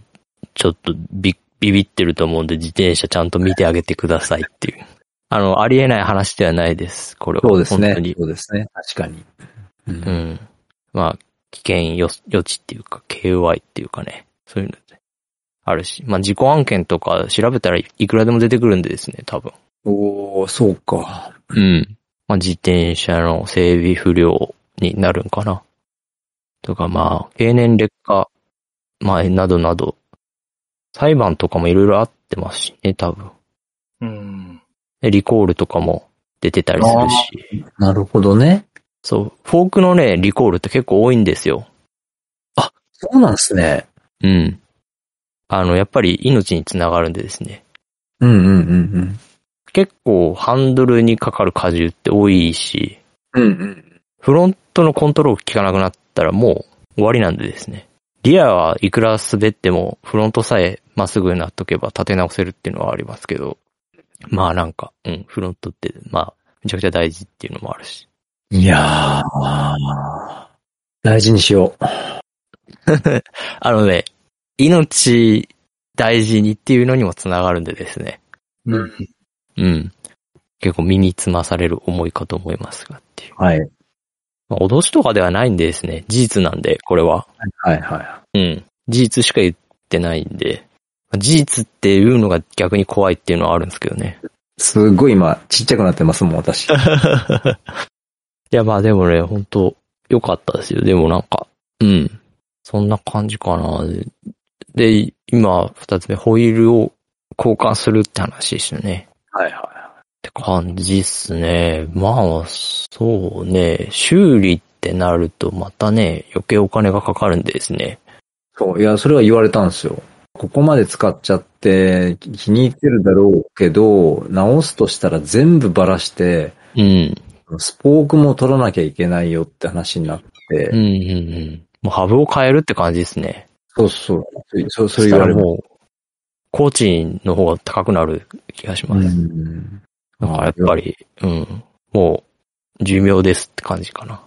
Speaker 1: ちょっとビビビってると思うんで、自転車ちゃんと見てあげてくださいっていう。あの、ありえない話ではないです。これは。
Speaker 2: そうですね
Speaker 1: 本当に。。
Speaker 2: そうですね。確かに。うん
Speaker 1: うん。まあ、危険予予知っていうか、KY っていうかね、そういうのであるし。まあ、自己案件とか調べたらいくらでも出てくるんでですね、多分。
Speaker 2: おー、そうか。
Speaker 1: うん。まあ、自転車の整備不良になるんかな。とか、まあ、経年劣化、まあ、などなど、裁判とかもいろいろあってますしね、多分。
Speaker 3: うん。
Speaker 1: でリコールとかも出てたりするし。
Speaker 2: なるほどね。
Speaker 1: そう。フォークのね、リコールって結構多いんですよ。
Speaker 2: そうなんですね。
Speaker 1: うん。あの、やっぱり命につながるんでですね。
Speaker 2: うんうんうん
Speaker 1: 結構ハンドルにかかる荷重って多いし、
Speaker 2: うん。うんうん。
Speaker 1: フロントのコントロール効かなくなったらもう終わりなんでですね。リアはいくら滑ってもフロントさえまっすぐになっとけば立て直せるっていうのはありますけど、まあなんか、うん、フロントって、まあ、めちゃくちゃ大事っていうのもあるし。
Speaker 2: いやー、大事にしよう。
Speaker 1: あのね、命大事にっていうのにもつながるんでですね。
Speaker 3: うん。
Speaker 1: うん。結構身につまされる思いかと思いますがっていう。
Speaker 2: はい。
Speaker 1: まあ、脅しとかではないんでですね。事実なんで、これは。
Speaker 2: はいは
Speaker 1: うん。事実しか言ってないんで。まあ事実っていうのが逆に怖いっていうのはあるんですけどね。
Speaker 2: い。すごい今、ちっちゃくなってますもん、私。
Speaker 1: いや、まあでもね、本当良かったですよ。でもなんか、うん。そんな感じかな。で、で今、二つ目、ホイールを交換するって話でしたね。
Speaker 2: はいは
Speaker 1: って感じっすね。まあ、そうね。修理ってなるとまたね、余計お金がかかるんですね。
Speaker 2: い。そう、いや、それは言われたんですよ。ここまで使っちゃって、気に入ってるだろうけど、直すとしたら全部ばらして、
Speaker 1: うん。
Speaker 2: スポークも取らなきゃいけないよって話になって、
Speaker 1: うんうんうん。もうハブを変えるって感じですね。
Speaker 2: そうそう、そう、そう言われ
Speaker 1: した
Speaker 2: る
Speaker 1: ら。もう、コーチの方が高くなる気がします。
Speaker 2: うん
Speaker 1: だからやっぱり、うん。もう、寿命ですって感じかな。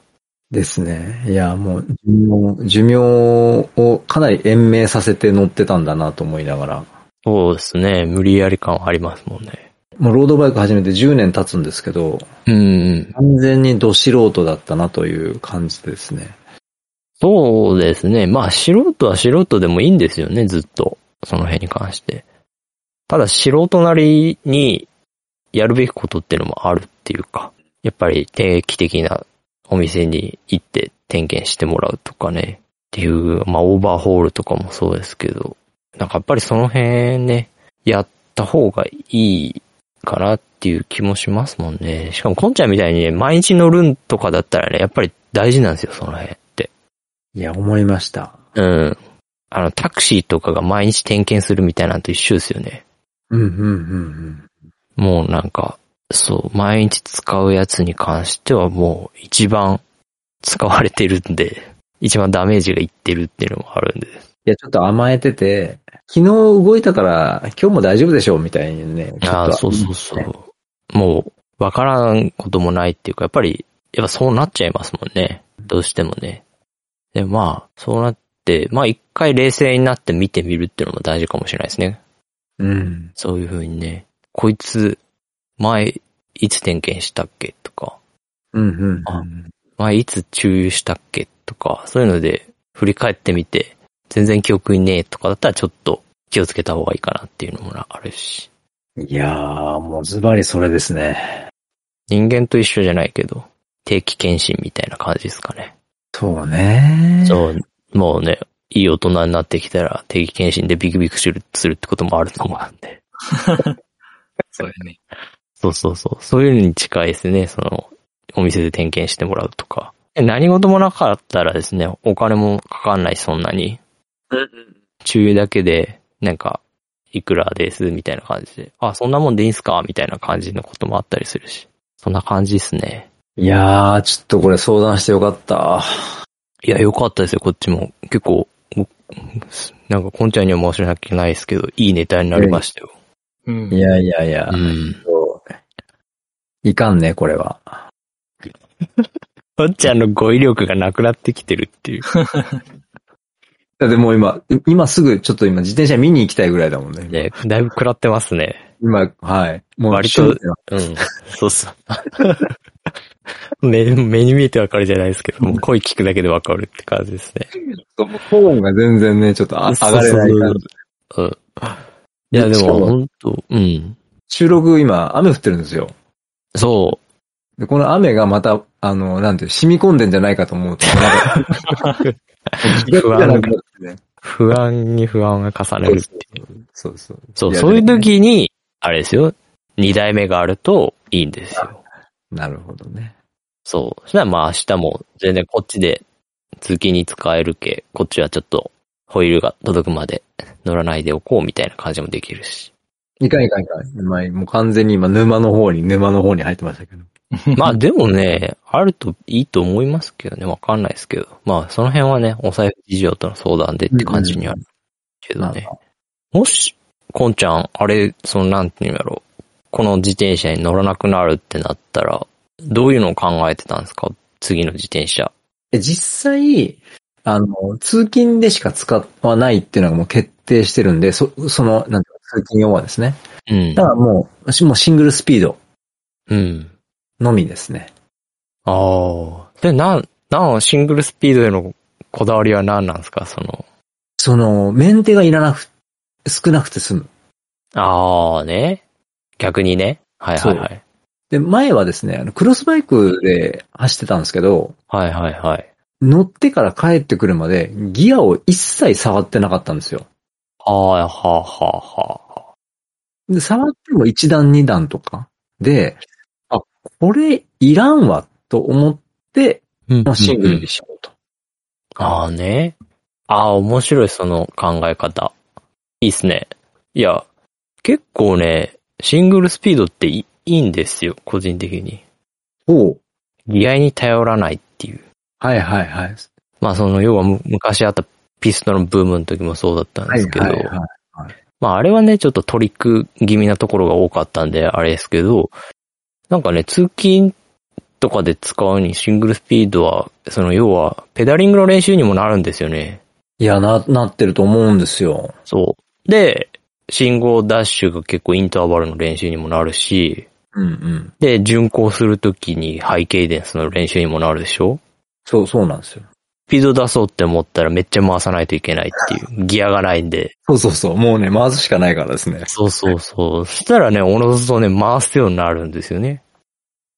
Speaker 2: ですね。いや、もう、寿命、寿命をかなり延命させて乗ってたんだなと思いながら。
Speaker 1: そうですね。無理やり感はありますもんね。
Speaker 2: もうロードバイク始めて10年経つんですけど、
Speaker 1: うんうん。
Speaker 2: 完全にど素人だったなという感じですね。
Speaker 1: そうですね。まあ、素人は素人でもいいんですよね、ずっと。その辺に関して。ただ、素人なりにやるべきことっていうのもあるっていうか、やっぱり定期的なお店に行って点検してもらうとかね、っていう、まあ、オーバーホールとかもそうですけど、なんかやっぱりその辺ね、やった方がいいかなっていう気もしますもんね。しかも、こんちゃんみたいにね、毎日乗るんとかだったらね、やっぱり大事なんですよ、その辺って。
Speaker 2: いや、思いました。
Speaker 1: うん。あの、タクシーとかが毎日点検するみたいなのと一緒ですよね。
Speaker 2: うん、うん、うん、
Speaker 1: もうなんか、そう、毎日使うやつに関してはもう一番使われてるんで、 一番ダメージがいってるっていうのもあるんで。
Speaker 2: いや、ちょっと甘えてて、昨日動いたから、今日も大丈夫でしょうみたいにね。
Speaker 1: ああ、そうそうそう。もう、わからんこともないっていうか、やっぱり、やっぱそうなっちゃいますもんね。どうしてもね。で、まあ、そうなって、まあ一回冷静になって見てみるっていうのも大事かもしれないですね。
Speaker 2: う。うん。
Speaker 1: そういう風にね、こいつ、前、いつ点検したっけとか、
Speaker 2: うん、うん。
Speaker 1: あ前いつ注意したっけとか、そういうので振り返ってみて、全然記憶にねえとかだったらちょっと気をつけた方がいいかなっていうのもあるし。
Speaker 2: いやー、もうズバリそれですね。
Speaker 1: 人間と一緒じゃないけど、定期検診みたいな感じですかね。
Speaker 2: そうね。
Speaker 1: そう、もうね、いい大人になってきたら定期検診でビクビクするするってこともあると思うんで。
Speaker 3: そうやね。
Speaker 1: そうそうそう。そういうのに近いですね。その、お店で点検してもらうとか。え何事もなかったらですね、お金もかかんないし、そんなに。注意だけで、なんか、いくらです、みたいな感じで。あ、そんなもんでいいんすかみたいな感じのこともあったりするし。そんな感じですね。
Speaker 2: いやー、ちょっとこれ相談してよかった。
Speaker 1: いや、よかったですよ、こっちも。結構、ごなんか、こんちゃんには申し訳ないですけど、いいネタになりましたよ。
Speaker 3: うん。
Speaker 2: いやいやいや
Speaker 1: う。ん。
Speaker 2: いかんね、これは。
Speaker 1: こんちゃんの語彙力がなくなってきてるっていう。
Speaker 2: だってもう今、今すぐちょっと今自転車見に行きたいぐらいだもんね。
Speaker 1: ね、だいぶ食らってますね。
Speaker 2: 今、はい。もう
Speaker 1: 割と
Speaker 2: 趣味は
Speaker 1: うん。そうそう。目、目に見えてわかるじゃないですけど、もう声聞くだけでわかるって感じですね。
Speaker 2: トーンが全然ね、ちょっとあ上がれない感じ。
Speaker 1: うん。いや、で
Speaker 2: しか
Speaker 1: も、
Speaker 2: も
Speaker 1: 本当うん。
Speaker 2: 収録今、雨降ってるんですよ。
Speaker 1: そ
Speaker 2: で、この雨がまた、あの、なんていう、染み込んでんじゃないかと思うと。なんか
Speaker 1: う。不安が
Speaker 2: 気が、付かなくなってね
Speaker 1: 不安に不安が重なるっていう。
Speaker 2: そうそう。
Speaker 1: そう、
Speaker 2: いや
Speaker 1: そういう時に、あれですよ。二代目があるといいんですよ。
Speaker 2: なるほどね。
Speaker 1: そう。そしたらまあ明日も全然こっちで通勤に使えるけ、こっちはちょっとホイールが届くまで乗らないでおこうみたいな感じもできるし。
Speaker 2: いかんいかんいかん。今、もう完全に今、沼の方に、沼の方に入ってましたけど。
Speaker 1: まあでもね、あるといいと思いますけどね、わかんないですけど。まあその辺はね、お財布事情との相談でって感じにはあるけどね。もし、こんちゃん、あれ、そのなんていうんやろ、この自転車に乗らなくなるってなったら、どういうのを考えてたんですか次の自転車。
Speaker 2: え実際、あの、通勤でしか使わないっていうのがもう決定してるんで、そ、その、なんていうか通勤用はですね。
Speaker 1: うん
Speaker 2: だ。からもう、私もうシングルスピード
Speaker 1: うん。
Speaker 2: のみですね。
Speaker 1: ああ。で、なん、なん、シングルスピードへのこだわりは何なんですかその、
Speaker 2: その、メンテがいらなく、少なくて済む。
Speaker 1: ああね。逆にね。はいはいはい。
Speaker 2: で、前はですね、あの、クロスバイクで走ってたんですけど、
Speaker 1: はいはいはい。
Speaker 2: 乗ってから帰ってくるまで、ギアを一切触ってなかったんですよ。
Speaker 1: はあ、はあ、はあ、はあ。
Speaker 2: で、触っても一段二段とか。で、あ、これいらんわ、と思って、
Speaker 1: うん
Speaker 2: まあ、シングルにしようと。
Speaker 1: ああね。ああ、面白い、その考え方。いいっすね。いや、結構ね、シングルスピードっていいいいんですよ、個人的に。
Speaker 2: ほう。
Speaker 1: ギアに頼らないっていう。
Speaker 2: はいはいはい。
Speaker 1: まあ、その、要はむ昔あったピストのブームの時もそうだったんですけど、
Speaker 2: はいはいはい
Speaker 1: まあ、あれはね、ちょっとトリック気味なところが多かったんで、あれですけど、なんかね、通勤とかで使うにシングルスピードは、その、要は、ペダリングの練習にもなるんですよね。
Speaker 2: いや、な、なってると思うんですよ。
Speaker 1: そう。で、信号ダッシュが結構インターバルの練習にもなるし、
Speaker 2: うんうん。
Speaker 1: で、巡航するときにハイケイデンスの練習にもなるでしょ
Speaker 2: そう、そうなんですよ。
Speaker 1: スピード出そうって思ったらめっちゃ回さないといけないっていう、ギアがないんで。
Speaker 2: そうそうそう。もうね、回すしかないからですね。
Speaker 1: そうそうそう。そしたらね、おのずとね、回すようになるんですよね。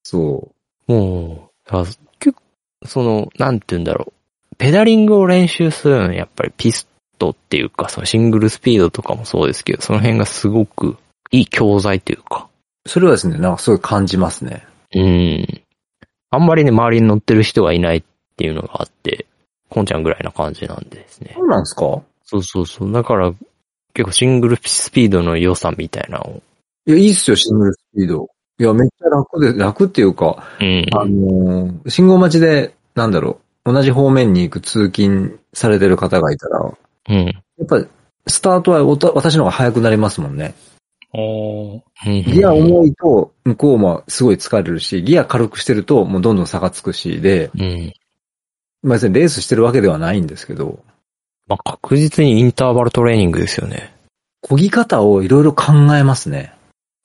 Speaker 2: そ
Speaker 1: もう、あ結構、その、なんて言うんだろう。ペダリングを練習するのに、やっぱりピストっていうか、そのシングルスピードとかもそうですけど、その辺がすごくいい教材というか、
Speaker 2: う。それはですね、なんかすごい感じますね。
Speaker 1: うん。あんまりね、周りに乗ってる人がいないっていうのがあって、こんちゃんぐらいな感じなんですね
Speaker 2: そ。うなんですか
Speaker 1: そうそうそう。だから、結構シングルスピードの良さみたいなのを。
Speaker 2: いや、いいっすよ、シングルスピード。いや、めっちゃ楽で、楽っていうか、
Speaker 1: うん。
Speaker 2: あのー信号待ちで、なんだろう、同じ方面に行く通勤されてる方がいたら、
Speaker 1: うん。
Speaker 2: やっぱ、スタートはおた私の方が早くなりますもんね。
Speaker 3: おー
Speaker 1: うん
Speaker 2: ギア重いと、向こうもすごい疲れるし、ギア軽くしてると、もうどんどん差がつくし、で、
Speaker 1: うん。
Speaker 2: まあ、別にレースしてるわけではないんですけど、
Speaker 1: まあ、確実にインターバルトレーニングですよね。
Speaker 2: 漕ぎ方をいろいろ考えますね。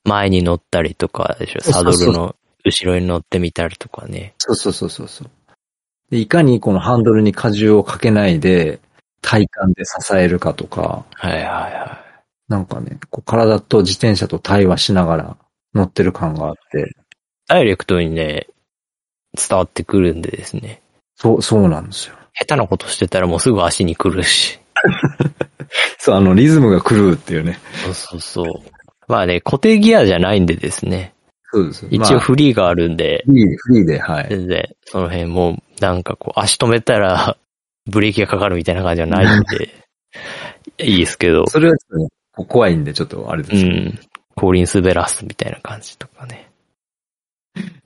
Speaker 1: 前に乗ったりとかでしょ。
Speaker 2: そう
Speaker 1: サ
Speaker 2: そ
Speaker 1: ド
Speaker 2: うそう
Speaker 1: ルの後ろに乗ってみたりとかね。
Speaker 2: そうそうそうそうそう。で、いかにこのハンドルに荷重をかけないで、体幹で支えるかとか、
Speaker 1: はいはいは
Speaker 2: なんかね、こう体と自転車と対話しながら乗ってる感があって、
Speaker 1: い。ダイレクトにね、伝わってくるんでですね。
Speaker 2: そう、そうなんですよ。
Speaker 1: 下手なことしてたらもうすぐ足に来るし。
Speaker 2: そう、あの、リズムが狂うっていうね。
Speaker 1: そうそうそう。まあね、固定ギアじゃないんでですね。
Speaker 2: そうです。
Speaker 1: 一応
Speaker 2: フ
Speaker 1: フリーがあるんで、
Speaker 2: リー、フリーで、はい。
Speaker 1: 全然、その辺もう、なんかこう、足止めたら、ブレーキがかかるみたいな感じはないんで、 いいですけど、
Speaker 2: それはちょっとね、こう怖いんで、ちょっとあれです
Speaker 1: う
Speaker 2: けど、
Speaker 1: ん。後輪滑らすみたいな感じとかね。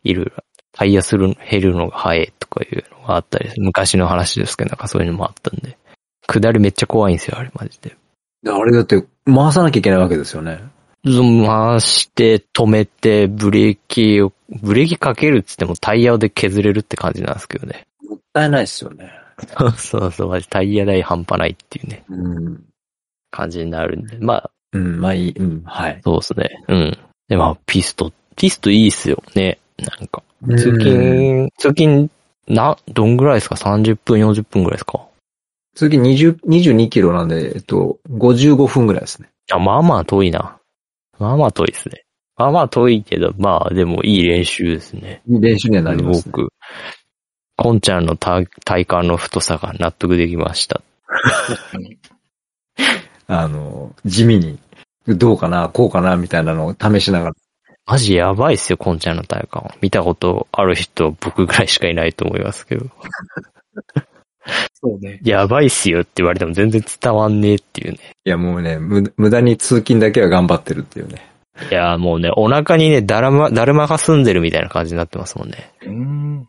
Speaker 1: いろいろ、タイヤする、減るのが早いとかいうのがあったり、昔の話ですけど、なんかそういうのもあったんで。下りめっちゃ怖いんですよ、あれマジで。
Speaker 2: であれだって回さなきゃいけないわけですよね。
Speaker 1: 回して、止めて、ブレーキを、ブレーキかけるっつってもタイヤで削れるって感じなんですけどね。
Speaker 2: もったいないですよね。
Speaker 1: そうそうそう、マジタイヤ代半端ないっていうね、
Speaker 2: うん。
Speaker 1: 感じになるんで。まあ、
Speaker 2: うん、まあいい。うん、はい。
Speaker 1: そうですね。うん。で、まあ、ピスト、ピストいいっすよね。なんか。通勤、通勤、な、どんぐらいですか ?30 分、40分ぐらいですか
Speaker 2: 次20、22キロなんで、えっと、55分ぐらいですね。
Speaker 1: あ、まあまあ遠いな。まあまあ遠いですね。まあまあ遠いけど、まあでもいい練習ですね。
Speaker 2: いい練習にはなります、
Speaker 1: す
Speaker 2: ね。
Speaker 1: ごく。コンちゃんの体体幹の太さが納得できました。
Speaker 3: 確かに。
Speaker 2: あの、地味に、どうかな、こうかな、みたいなのを試しながら。
Speaker 1: マジやばいっすよ、コンちゃんの体幹。見たことある人、僕ぐらいしかいないと思いますけど。
Speaker 3: そうね。
Speaker 1: やばいっすよって言われても全然伝わんねえっていうね。
Speaker 2: いや、もうね、無無駄に通勤だけは頑張ってるっていうね。
Speaker 1: いや、もうね、お腹にね、だるま、だるまが住んでるみたいな感じになってますもんね。
Speaker 3: うーん。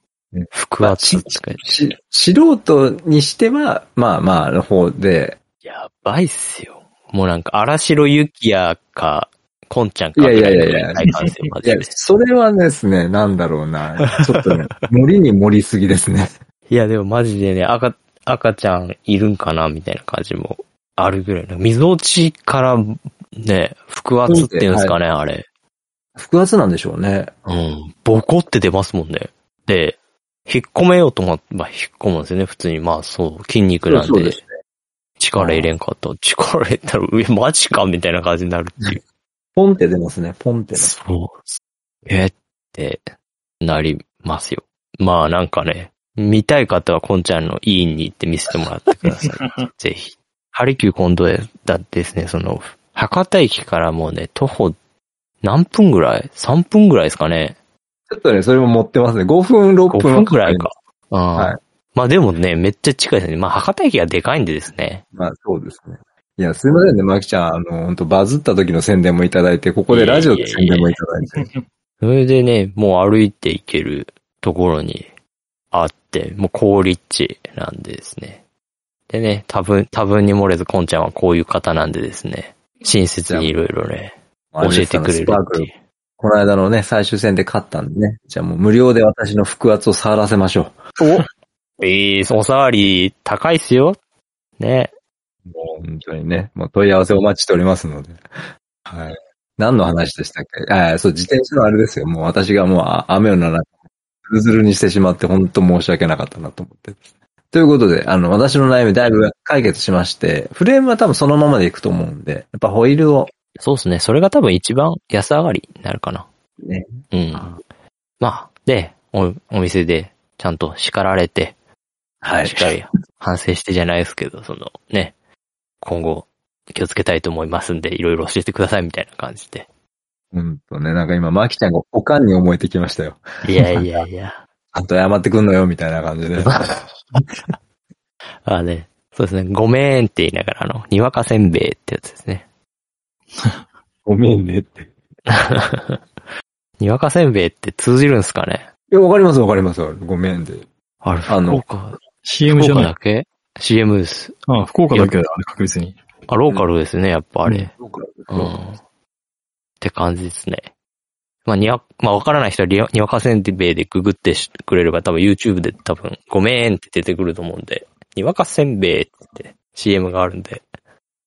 Speaker 1: 腹圧使い。
Speaker 2: し、素人にしては、まあまあ、の方で、
Speaker 1: やばいっすよ。もうなんか、荒城ゆきやか、こんちゃんか
Speaker 2: いやい
Speaker 1: ぐら
Speaker 2: や
Speaker 1: い
Speaker 2: い
Speaker 1: の
Speaker 2: やいや
Speaker 1: 体感ですよ、マ
Speaker 2: い
Speaker 1: ジ
Speaker 2: や
Speaker 1: で。、
Speaker 2: それはですね、なんだろうな。ちょっ とね、森に盛りすぎですね。
Speaker 1: いや、でもマジでね、赤、赤ちゃんいるんかなみたいな感じもあるぐらいの。水落ちから、ね、腹圧っていうんですかね、あれ。
Speaker 2: 腹圧なんでしょうね。
Speaker 1: うん。ボコって出ますもんね。で、引っ込めようと思って、まあ、引っ込むんですよね、普通に。まあ、そう、筋肉なん
Speaker 2: そうで
Speaker 1: で。
Speaker 2: すね。
Speaker 1: 力入れんかった。力入れたら、上マジかみたいな感じになるっていう。
Speaker 2: ポンって出ますね、ポンってね。
Speaker 1: そう。えって、なりますよ。まあなんかね、見たい方はこんちゃんの委員に行って見せてもらってくださ い。ぜひ。ハリキュー今度だってですね、その、博多駅からもうね、徒歩何分ぐらい ?3 分ぐらいですかね。
Speaker 2: ちょっとね、それも持ってますね。5分、6
Speaker 1: 5
Speaker 2: 分。
Speaker 1: 分ぐらいか。。うん。
Speaker 2: はい
Speaker 1: まあでもね、めっちゃ近いですね。まあ博多駅がでかいんでですね。
Speaker 2: まあ、そうですね。いや、すいませんね、マキちゃん。あの、本当バズった時の宣伝もいただいて、ここでラジオの宣伝もいただいて。
Speaker 1: それでね、もう歩いて行けるところにあって、もう高立地なんでですね。でね、多分、多分に漏れず、こんちゃんはこういう方なんでですね、親切にいろいろね、 教えてくれ
Speaker 2: ス
Speaker 1: る
Speaker 2: パー
Speaker 1: っ
Speaker 2: ク
Speaker 1: て
Speaker 2: ル
Speaker 1: いう。
Speaker 2: この間のね、最終戦で勝ったんでね。じゃあもう無料で私の腹圧を触らせましょ
Speaker 1: おえー、おさわり高いっすよ。ね。
Speaker 2: う。もう本当にね、もう問い合わせお待ちしておりますので。はい。何の話でしたっけああ、そう、自転車のあれですよ。もう私がもうあ雨の中、ズルズルにしてしまって、本当申し訳なかったなと思って。ということで、あの、私の悩みだいぶ解決しまして、フレームは多分そのままでいくと思うんで、やっぱホイールを
Speaker 1: そうですね。それが多分一番安上がりになるかな。
Speaker 2: ね。
Speaker 1: うん。まあ、で、お、お店でちゃんと叱られて、
Speaker 2: はい
Speaker 1: しっ。かり反省してじゃないですけど、そのね、今後気をつけたいと思いますんで、いろいろ教えてくださいみたいな感じで。
Speaker 2: うんとね、なんか今、マキちゃんがおかんに思えてきましたよ。
Speaker 1: いやい やいや。
Speaker 2: あんと謝ってくんのよ、みたいな感じで。
Speaker 1: あね、そうですね。ごめんって言いながら、あの、にわかせんべいってやつですね。
Speaker 2: ごめんねって。い
Speaker 1: にわかせんべいって通じるんすかね
Speaker 2: や、わかりますわかります。ごめんで。
Speaker 1: あれ、
Speaker 2: あの
Speaker 1: 福岡、
Speaker 3: CM じ
Speaker 1: 福
Speaker 3: ゃ
Speaker 1: 岡
Speaker 3: ない
Speaker 1: だ。け ?CM です。
Speaker 3: あ、福岡だけだよ、あれ確実に。
Speaker 1: あ、ローカルですね、やっぱあれ。うん。
Speaker 2: うん
Speaker 1: って感じですね。まあ、にわ、まあ、わからない人はにわ、にわかせんべいでググってしくれれば、多分 YouTube で多分、ごめんって出てくると思うんで、にわかせんべいって言って CM があるんで、ま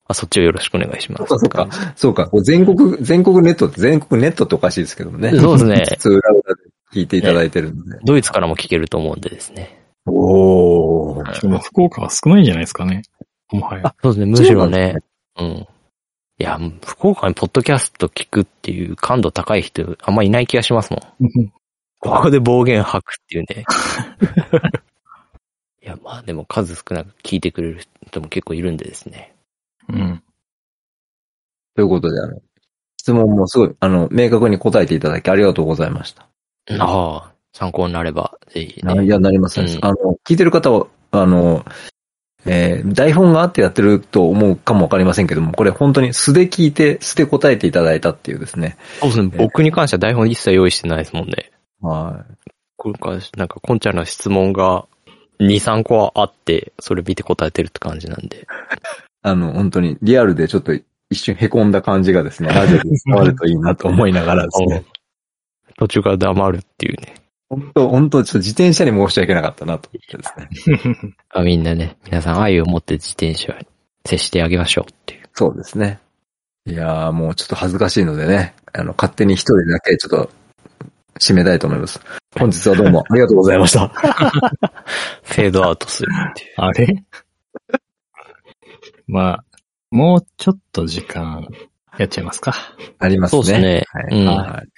Speaker 1: あ、そっちをよろしくお願いします。
Speaker 2: そうか、そうか。そうか。こう全国、全国ネットって、全国ネットっておかしいですけどもね。
Speaker 1: そうですね
Speaker 2: 普通裏裏で聞いていただいてるんで。
Speaker 1: ドイツからも聞けると思うんでですね。
Speaker 2: おー。
Speaker 3: でも福岡は少ないんじゃないですかね。もはや。
Speaker 1: そうですね、むしろね。うん。いや、福岡にポッドキャスト聞くっていう感度高い人、あんまいない気がしますもん。ここで暴言吐くっていうね。 いや、まあでも数少なく聞いてくれる人も結構いるんでですね。
Speaker 3: うん。
Speaker 2: ということで、あの、質問もすごい、あの、明確に答えていただきありがとうございました。
Speaker 1: ああ、参考になれば、ぜひね、
Speaker 2: いや、なります、ね
Speaker 1: うん
Speaker 2: あの、聞いてる方は、あの、えー台本があってやってると思うかもわかりませんけども、これ本当に素で聞いて、素で答えていただいたっていうですね。
Speaker 1: そうですね、僕に関しては台本一切用意してないですもんね。
Speaker 2: はい。
Speaker 1: これからなんか、こんちゃんの質問が2、3個はあって、それ見て答えてるって感じなんで。
Speaker 2: あの、本当にリアルでちょっと一瞬凹んだ感じがですね、ラジオで伝わるといいなと思いながらですね。
Speaker 1: 途中から黙るっていうね。
Speaker 2: 本当、本当、ちょっと自転車に申し訳なかったなと思ってですね。
Speaker 1: あみんなね、皆さん愛を持って自転車に接してあげましょうっていう。
Speaker 2: そうですね。いやーもうちょっと恥ずかしいのでね、あの、勝手に一人だけちょっと、締めたいと思います。本日はどう もありがとうございました。
Speaker 1: フェードアウトするっていう。
Speaker 3: あれ まあ、もうちょっと時間、やっちゃいますか。
Speaker 2: あります
Speaker 1: そう
Speaker 2: ね。
Speaker 1: ですね。
Speaker 2: はい。
Speaker 1: うん
Speaker 2: はい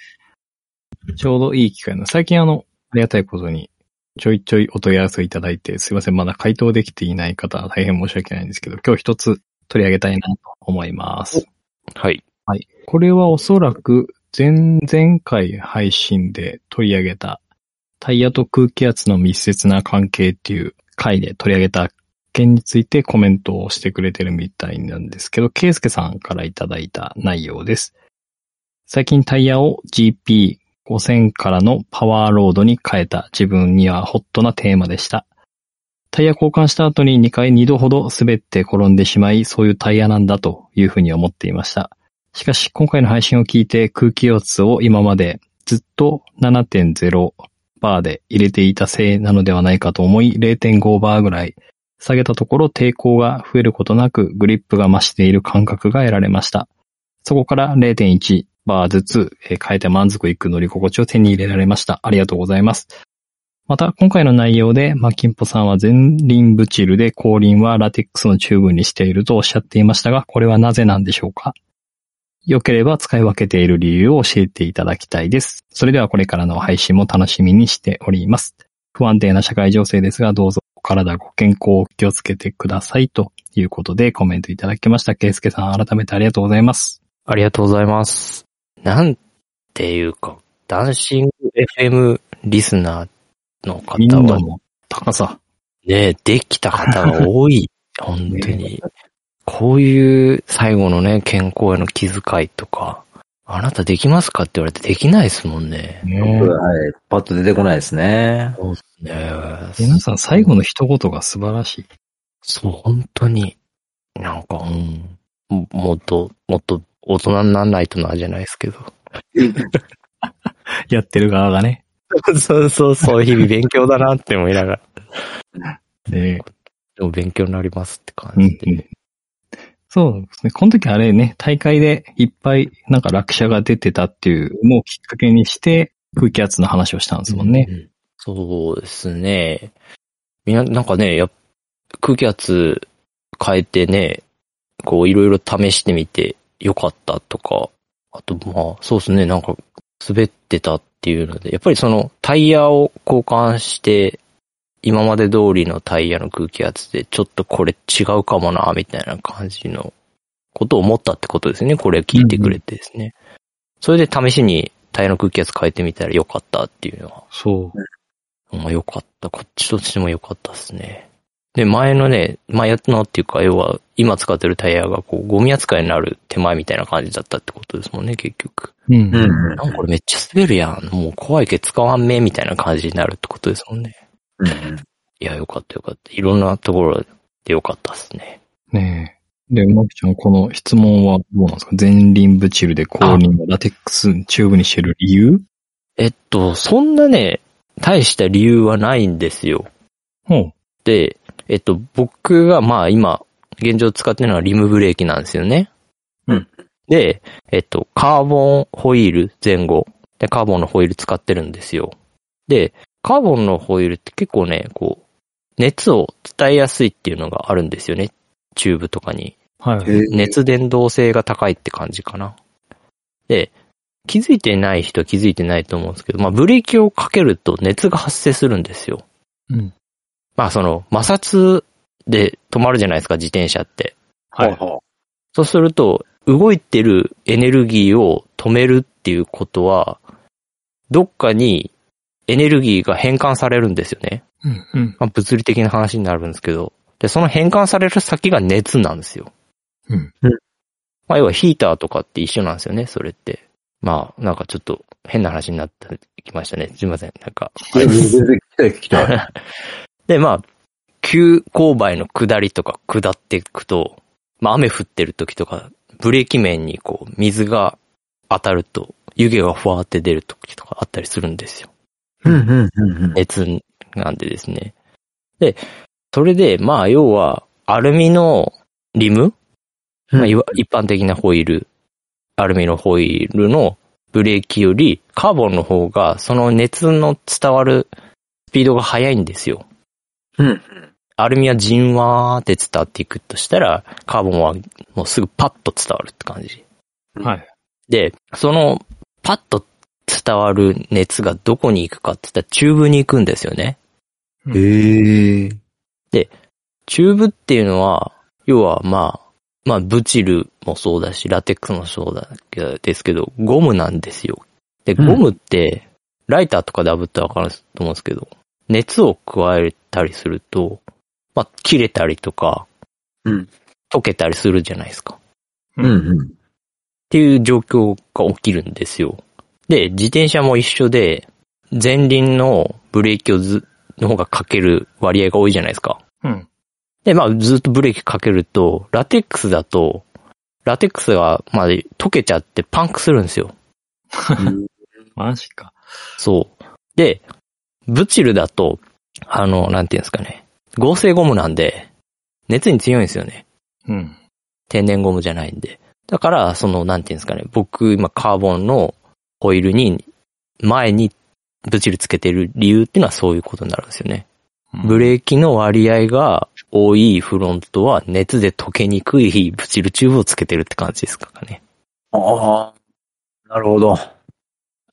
Speaker 3: ちょうどいい機会な。最近あの、ありがたいことに、ちょいちょいお問い合わせをいただいて、すいません、まだ回答できていない方、大変申し訳ないんですけど、今日一つ取り上げたいなと思います。
Speaker 1: はい。
Speaker 3: はい。これはおそらく、前々回配信で取り上げた、タイヤと空気圧の密接な関係っていう回で取り上げた件についてコメントをしてくれてるみたいなんですけど、ケイスケさんからいただいた内容です。最近タイヤを GP5000 からのパワーロードに変えた自分にはホットなテーマでした。タイヤ交換した後に2回2度ほど滑って転んでしまい、そういうタイヤなんだというふうに思っていました。しかし、今回の配信を聞いて空気圧を今までずっと7.0バーで入れていたせいなのではないかと思い、0.5バーぐらい下げたところ抵抗が増えることなくグリップが増している感覚が得られました。そこから0.1バーずつえー変えて満足いく乗り心地を手に入れられました。ありがとうございます。また、今回の内容で、マキンポさんは前輪ブチルで後輪はラテックスのチューブにしているとおっしゃっていましたが、これはなぜなんでしょうか良ければ使い分けている理由を教えていただきたいです。それではこれからの配信も楽しみにしております。不安定な社会情勢ですが、どうぞお体ご健康を気をつけてくださいということでコメントいただきました。ケイスケさん、改めてありがとうございます。
Speaker 1: ありがとうございます。なんていうか、ダンシング FM リスナーの方
Speaker 3: インド
Speaker 1: は
Speaker 3: の高さ。
Speaker 1: ね、できた方が多 い。本当に。こういう最後のね、健康への気遣いとか、あなたできますかって言われてできないですもんね。
Speaker 3: ね
Speaker 2: はい。パッと出てこないですね。
Speaker 1: そうですね。
Speaker 3: 皆さん、最後の一言が素晴らしい。
Speaker 1: そう、本当に。なんか、うん。ももっと、もっと大人にならないとな、じゃないですけど。
Speaker 3: やってる側がね。
Speaker 1: そうそう、そう、日々勉強だなって思いながら。
Speaker 3: で
Speaker 1: でも勉強になりますって感
Speaker 3: う
Speaker 1: じ
Speaker 3: ん
Speaker 1: で。
Speaker 3: うんそうですね。この時あれね、大会でいっぱいなんか落車が出てたっていうのをきっかけにして、空気圧の話をしたんですもんね。
Speaker 1: うん。そうですね。みんな、なんかね、やっ空気圧変えてね、こういろいろ試してみてよかったとか、あとまあ、そうですね、なんか滑ってたっていうので、やっぱりそのタイヤを交換して、今まで通りのタイヤの空気圧でちょっとこれ違うかもな、みたいな感じのことを思ったってことですね。これ聞いてくれてですね。それで試しにタイヤの空気圧変えてみたらよかったっていうのは
Speaker 3: そう。
Speaker 1: まあ、よかった。こっちとしてもよかったですね。で、前のね、前やったのっていうか、要は、今使ってるタイヤがこう、ゴミ扱いになる手前みたいな感じだったってことですもんね、結局。
Speaker 3: う。
Speaker 2: うんん。
Speaker 1: なんかこれめっちゃ滑るやん。もう怖いけど使わんめ、みたいな感じになるってことですもんね。いや、よかったよかった。いろんなところでよかったっすね。
Speaker 3: ねえ。で、マキちゃん、この質問はどうなんですか前輪ブチルで後輪をラテックスチューブにしてる理由
Speaker 1: えっと、そんなね、大した理由はないんですよ。
Speaker 3: ほ
Speaker 1: で、えっと、僕がまあ今、現状使ってるのはリムブレーキなんですよね。
Speaker 2: うん。
Speaker 1: で、えっと、カーボンホイール前後。で、カーボンのホイール使ってるんですよ。で、カーボンのホイールって結構ね、こう、熱を伝えやすいっていうのがあるんですよね。チューブとかに。
Speaker 3: う。は
Speaker 2: え
Speaker 3: い。
Speaker 1: 熱伝導性が高いって感じかな。で、気づいてない人は気づいてないと思うんですけど、まあブレーキをかけると熱が発生するんですよ。
Speaker 3: うん。
Speaker 1: まあその摩擦で止まるじゃないですか、自転車って。
Speaker 3: はい。
Speaker 1: そうすると、動いてるエネルギーを止めるっていうことは、どっかにエネルギーが変換されるんですよね。
Speaker 3: うん。うん。
Speaker 1: まあ物理的な話になるんですけど。で、その変換される先が熱なんですよ。
Speaker 3: うん。
Speaker 1: まあ、要はヒーターとかって一緒なんですよね、それって。まあ、なんかちょっと変な話になってきましたね。すいません。なんか。
Speaker 2: 全然聞きたい聞きたい。
Speaker 1: で、まあ、急勾配の下りとか下っていくと、まあ雨降ってる時とか、ブレーキ面にこう、水が当たると、湯気がふわーって出る時とかあったりするんですよ。
Speaker 2: うんうんうんうん。
Speaker 1: 熱なんでですね。で、それで、まあ、要は、アルミのリム、まあ、いわ一般的なホイール、アルミのホイールのブレーキより、カーボンの方が、その熱の伝わるスピードが速いんですよ。
Speaker 2: うん。
Speaker 1: アルミはじんわーって伝わっていくとしたら、カーボンはもうすぐパッと伝わるって感じ。
Speaker 3: はい。
Speaker 1: で、その、パッと伝わる熱がどこに行くかって言ったら、チューブに行くんですよね。
Speaker 2: ええ。
Speaker 1: チューブっていうのは、要はまあ、まあ、ブチルもそうだし、ラテックスもそうだけどですけど、ゴムなんですよ。で、
Speaker 2: う
Speaker 1: ゴ
Speaker 2: ん
Speaker 1: ムって、ライターとかで炙ったらわかると思うんですけど、熱を加えたりすると、まあ、切れたりとか、
Speaker 2: うん
Speaker 1: 溶けたりするじゃないですか。っ
Speaker 2: うんうん。
Speaker 1: ていう状況が起きるんですよ。で、自転車も一緒で、前輪のブレーキをず、の方がかける割合が多いじゃないですか。
Speaker 3: うん。
Speaker 1: で、まあ、ずっとブレーキかけると、ラテックスだと、ラテックスが、まあ、溶けちゃってパンクするんですよ。
Speaker 3: マジか。
Speaker 1: そう。で、ブチルだと、あの、なんていうんですかね。合成ゴムなんで、熱に強いんですよね。
Speaker 3: うん。
Speaker 1: 天然ゴムじゃないんで。だから、その、なんていうんですかね。僕、今、カーボンのホイールに、前にブチルつけてる理由っていうのはそういうことになるんですよね。ブ
Speaker 3: ー
Speaker 1: レーキの割合が多いフロントは熱で溶けにくいブチルチューブをつけてるって感じですかね。
Speaker 2: ああ、なるほど。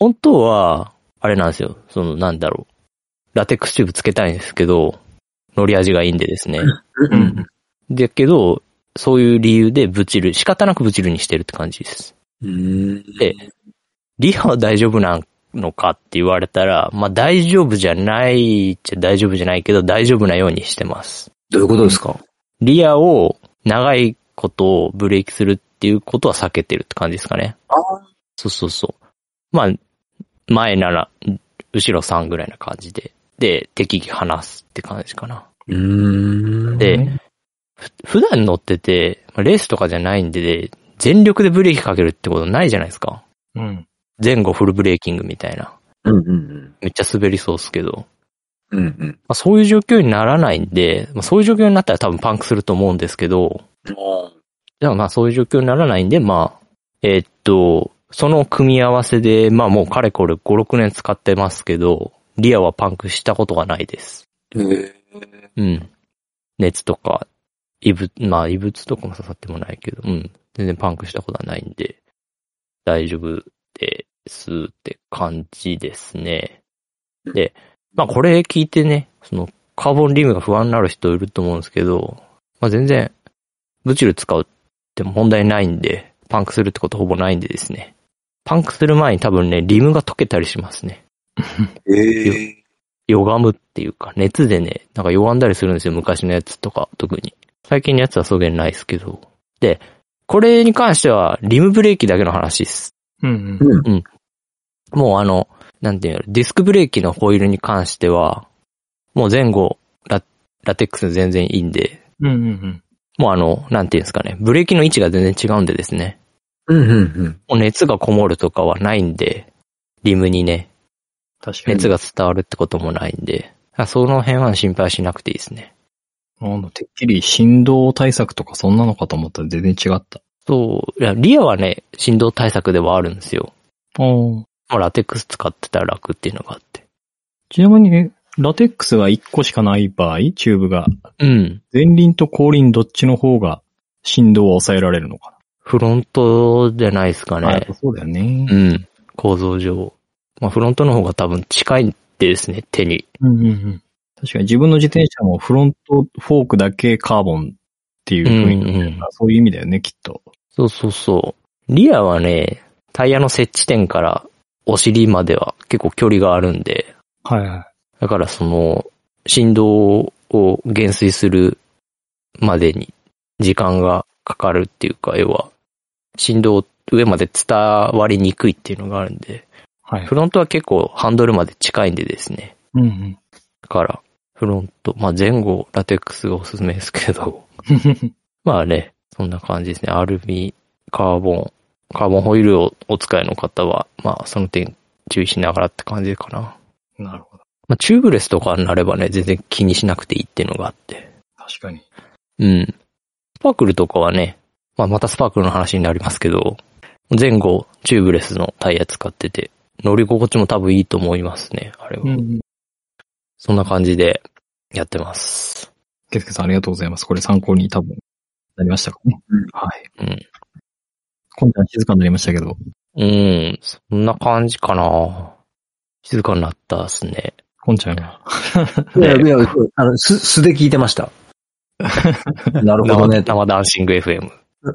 Speaker 1: 本当は、あれなんですよ。そのなんだろう。ラテックスチューブつけたいんですけど、乗り味がいいんでですね。
Speaker 2: う
Speaker 3: うん。
Speaker 1: だけど、そういう理由でブチル、仕方なくブチルにしてるって感じです。
Speaker 2: うん。
Speaker 1: で、リハは大丈夫なのかって言われたら、まあ大丈夫じゃないっちゃ大丈夫じゃないけど、大丈夫なようにしてます。
Speaker 2: どういうことですか
Speaker 1: リアを長いことをブレーキするっていうことは避けてるって感じですかね。
Speaker 2: あ
Speaker 1: そうそうそう。まあ、前なら、後ろ3ぐらいな感じで。で、適宜離すって感じかな。
Speaker 2: うーん。
Speaker 1: で普段乗ってて、まあレースとかじゃないんで、全力でブレーキかけるってことないじゃないですか。
Speaker 3: うん。
Speaker 1: 前後フルブレーキングみたいな。
Speaker 2: うんうん
Speaker 1: めっちゃ滑りそうっすけど。
Speaker 2: うん。うんうん。
Speaker 1: まあ、そういう状況にならないんで、まあ、そういう状況になったら多分パンクすると思うんですけど、じゃあまあそういう状況にならないんで、まあ、えーっと、その組み合わせで、まあもうかれこれ5、6年使ってますけど、リアはパンクしたことがないです。
Speaker 2: ええ。
Speaker 1: うん。熱とか、異物、まあ異物とかも刺さってもないけど、うん。全然パンクしたことはないんで、大丈夫ですって感じですね。で、まあこれ聞いてね、そのカーボンリムが不安になる人いると思うんですけど、まあ全然、ブチル使うって問題ないんで、パンクするってことほぼないんでですね。パンクする前に多分ね、リムが溶けたりしますね。
Speaker 2: ええ。
Speaker 1: 歪むっていうか、熱でね、なんか歪んだりするんですよ、昔のやつとか、特に。最近のやつはそうげんないですけど。で、これに関しては、リムブレーキだけの話です。
Speaker 3: うん
Speaker 2: うん。
Speaker 1: もうあの、なんていうの、ディスクブレーキのホイールに関しては、もう前後、ララテックス全然いいんで、
Speaker 3: うん。うんうん
Speaker 1: もうあの、なんていうんですかね、ブレーキの位置が全然違うんでですね。
Speaker 2: うん、うん、
Speaker 1: もう熱がこもるとかはないんで、リムにね、
Speaker 3: 確かに。
Speaker 1: 熱が伝わるってこともないんで、あその辺は心配しなくていいですね。
Speaker 3: なんだてっきり振動対策とかそんなのかと思ったら全然違った。
Speaker 1: そう、いや、リアはね、振動対策ではあるんですよ。
Speaker 3: お
Speaker 1: もうラテックス使ってたら楽っていうのがあって。
Speaker 3: ちなみに、えラテックスが1個しかない場合、チューブが、
Speaker 1: うん。
Speaker 3: 前輪と後輪どっちの方が振動は抑えられるのか
Speaker 1: フロントじゃないですか
Speaker 3: な。あやっ
Speaker 1: ね
Speaker 3: ぱ。そうだよね
Speaker 1: う。ん。構造上。まあ、フロントの方が多分近いんでですね、手に。
Speaker 3: うんうんうん。確かに自分の自転車もフロントフォークだけカーボンっていう風に、
Speaker 1: うんうん
Speaker 3: そういう意味だよね、きっと。
Speaker 1: そうそうそう。リアはね、タイヤの接地点からお尻までは結構距離があるんで、
Speaker 3: はいはい。
Speaker 1: だからその、振動を減衰するまでに時間がかかるっていうか、要は、振動を上まで伝わりにくいっていうのがあるんで、
Speaker 3: はい
Speaker 1: フ。ロントは結構ハンドルまで近いんでですね。
Speaker 3: うんうん。
Speaker 1: だから、フロント、まあ前後、ラテックスがおすすめですけど、 まあね、そんな感じですね。アルミ、カーボン、カーボンホイールをお使いの方は、まあその点注意しながらって感じかな。
Speaker 3: なるほど。
Speaker 1: まあチューブレスとかになればね、全然気にしなくていいっていうのがあって。
Speaker 3: 確かに。
Speaker 1: うん。スパークルとかはね、まあ、またスパークルの話になりますけど、前後チューブレスのタイヤ使ってて、乗り心地も多分いいと思いますね、あれは。
Speaker 3: ん。
Speaker 1: そんな感じでやってます。
Speaker 3: ケスケさんありがとうございます。これ参考に多分なりましたかね。
Speaker 2: うん
Speaker 3: は
Speaker 1: う
Speaker 3: い。
Speaker 1: ん。
Speaker 3: 今回は静かになりましたけど。
Speaker 1: うん、そんな感じかな静かになったっすね。
Speaker 3: こんちゃんが。
Speaker 2: うん。いや
Speaker 1: ね
Speaker 2: いや、そうあの、す、素で聞いてま した。なるほどね。
Speaker 1: 生ダンシング FM。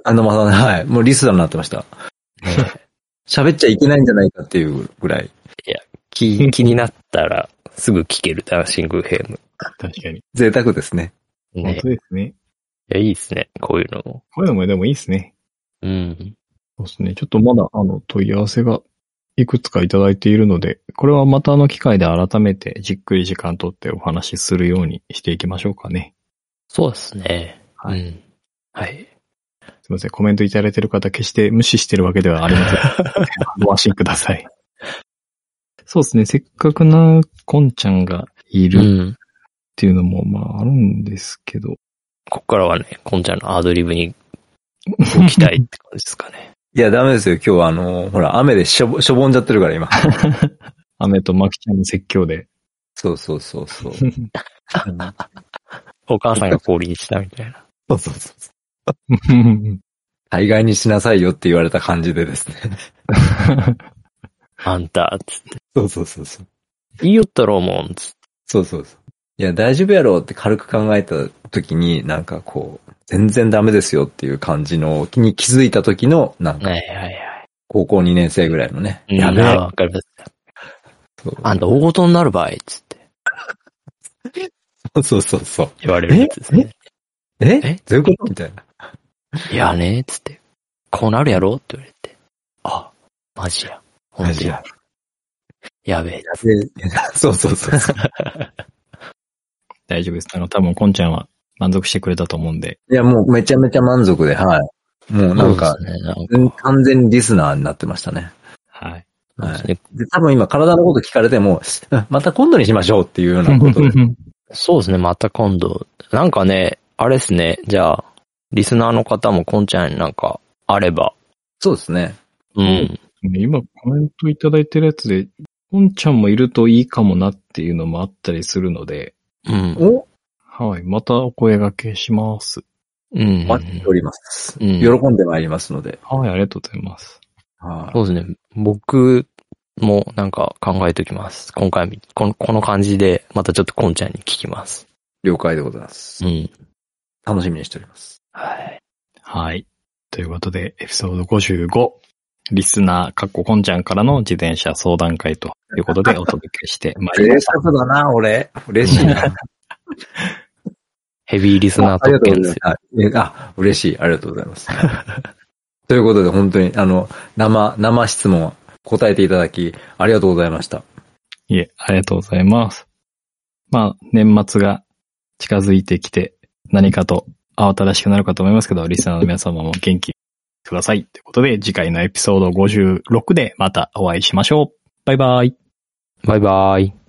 Speaker 2: あの、まだね、はい。もうリスナーになってました。喋っちゃいけないんじゃないかっていうぐらい。
Speaker 1: 気、気になったらすぐ聞けるダンシング FM。
Speaker 3: 確かに。
Speaker 2: 贅沢ですね。
Speaker 1: ね。い
Speaker 3: ですね。
Speaker 1: や、いいっすね、こういうのも。
Speaker 3: こういうのもでもいいですね。
Speaker 1: うん。
Speaker 3: そうですね。ちょっとまだ、あの、問い合わせがいくつかいただいているので、これはまたあの機会で改めてじっくり時間とってお話しするようにしていきましょうかね。
Speaker 1: そうですね。
Speaker 3: はい
Speaker 1: うん。はい。
Speaker 3: すいません。コメントいただいている方、決して無視してるわけではありません。 ご安心ください。そうですね。せっかくな、こんちゃんがいうるっ
Speaker 1: ん。
Speaker 3: ていうのも、まあ、あるんですけど。
Speaker 1: こっからはね、こんちゃんのアドリブに行きたいって感じですかね。
Speaker 2: いや、ダメですよ。今日はあの、ほら、雨でしょぼ、しょぼんじゃってるから今。
Speaker 3: 雨とマキちゃんの説教 で。
Speaker 2: そうそうそう そう。
Speaker 3: そう
Speaker 1: お母さんが氷にしたみたい な。
Speaker 2: そうそうそう。大概にしなさいよって言われた感じでですね。
Speaker 1: あんた、つっ
Speaker 2: そうそうそうそう。
Speaker 1: て、いいよったろ、もん、つって。
Speaker 2: そうそうそう。いや、大丈夫やろって軽く考えた時に、なんかこう、全然ダメですよっていう感じの、に気づいた時の、なんか、
Speaker 1: はいはいは
Speaker 2: 高校2年生ぐらいのね。
Speaker 1: い。
Speaker 2: やべ
Speaker 1: うん
Speaker 2: え。
Speaker 1: わかります。
Speaker 2: そう
Speaker 1: あんた大事になる場合、つって
Speaker 2: そうそうそう。
Speaker 1: 言われるやつですね。
Speaker 2: え
Speaker 1: え
Speaker 2: どういうことみたいな。
Speaker 1: いやね、つって。こうなるやろって言われて。あ、マジや。ほん
Speaker 2: マ
Speaker 1: と
Speaker 2: ジ
Speaker 1: や
Speaker 2: や。。
Speaker 1: やべえ。
Speaker 2: そうそうそうそう。
Speaker 3: 大丈夫です。あの、多分、こんちゃんは満足してくれたと思うんで。
Speaker 2: いや、もうめちゃめちゃ満足で、はい。もうなんか
Speaker 1: そ、うですねなんか
Speaker 2: うん完全にリスナーになってましたね。
Speaker 3: はい。
Speaker 1: そうで
Speaker 2: は
Speaker 1: す
Speaker 2: い。
Speaker 1: ね
Speaker 2: で、多分今体のこと聞かれても、うんまた今度にしましょうっていうようなことで。
Speaker 1: そうですね、また今度。なんかね、あれですね、じゃあ、リスナーの方もこんちゃんになんか、あれば。
Speaker 2: そうですね。
Speaker 1: うん。
Speaker 3: 今、コメントいただいてるやつで、こんちゃんもいるといいかもなっていうのもあったりするので、
Speaker 1: うん。
Speaker 2: お
Speaker 3: はい。またお声掛けします。
Speaker 1: うん。
Speaker 2: 待っております。
Speaker 1: うん
Speaker 2: 喜んでまいりますので。
Speaker 3: はい、ありがとうございます。
Speaker 2: はい
Speaker 1: そうですね。僕もなんか考えておきます。今回み、このこの感じで、またちょっとコンちゃんに聞きます。
Speaker 2: 了解でございます
Speaker 1: う。ん。
Speaker 2: 楽しみにしております。
Speaker 1: はい。
Speaker 3: はい。ということで、エピソード55。リスナー、かっここんちゃんからの自転車相談会とということでお届けしてまいりま
Speaker 2: 贅
Speaker 3: した。
Speaker 2: 沢だな、俺。嬉しいな。
Speaker 1: ヘビーリスナー
Speaker 2: あ
Speaker 1: 特
Speaker 2: りがとう
Speaker 1: 権
Speaker 2: ご
Speaker 1: で
Speaker 2: ざ
Speaker 1: すよ。
Speaker 2: います。ああ、嬉しい。ありがとうございます。ということで、本当に、あの、生、生質問、答えていただき、ありがとうございました。
Speaker 3: いえ、ありがとうございます。まあ、年末が近づいてきて、何かと慌ただしくなるかと思いますけど、リスナーの皆様も元気ください。ということで、次回のエピソード56でまたお会いしましょう。バイバイ。
Speaker 1: バイバイ。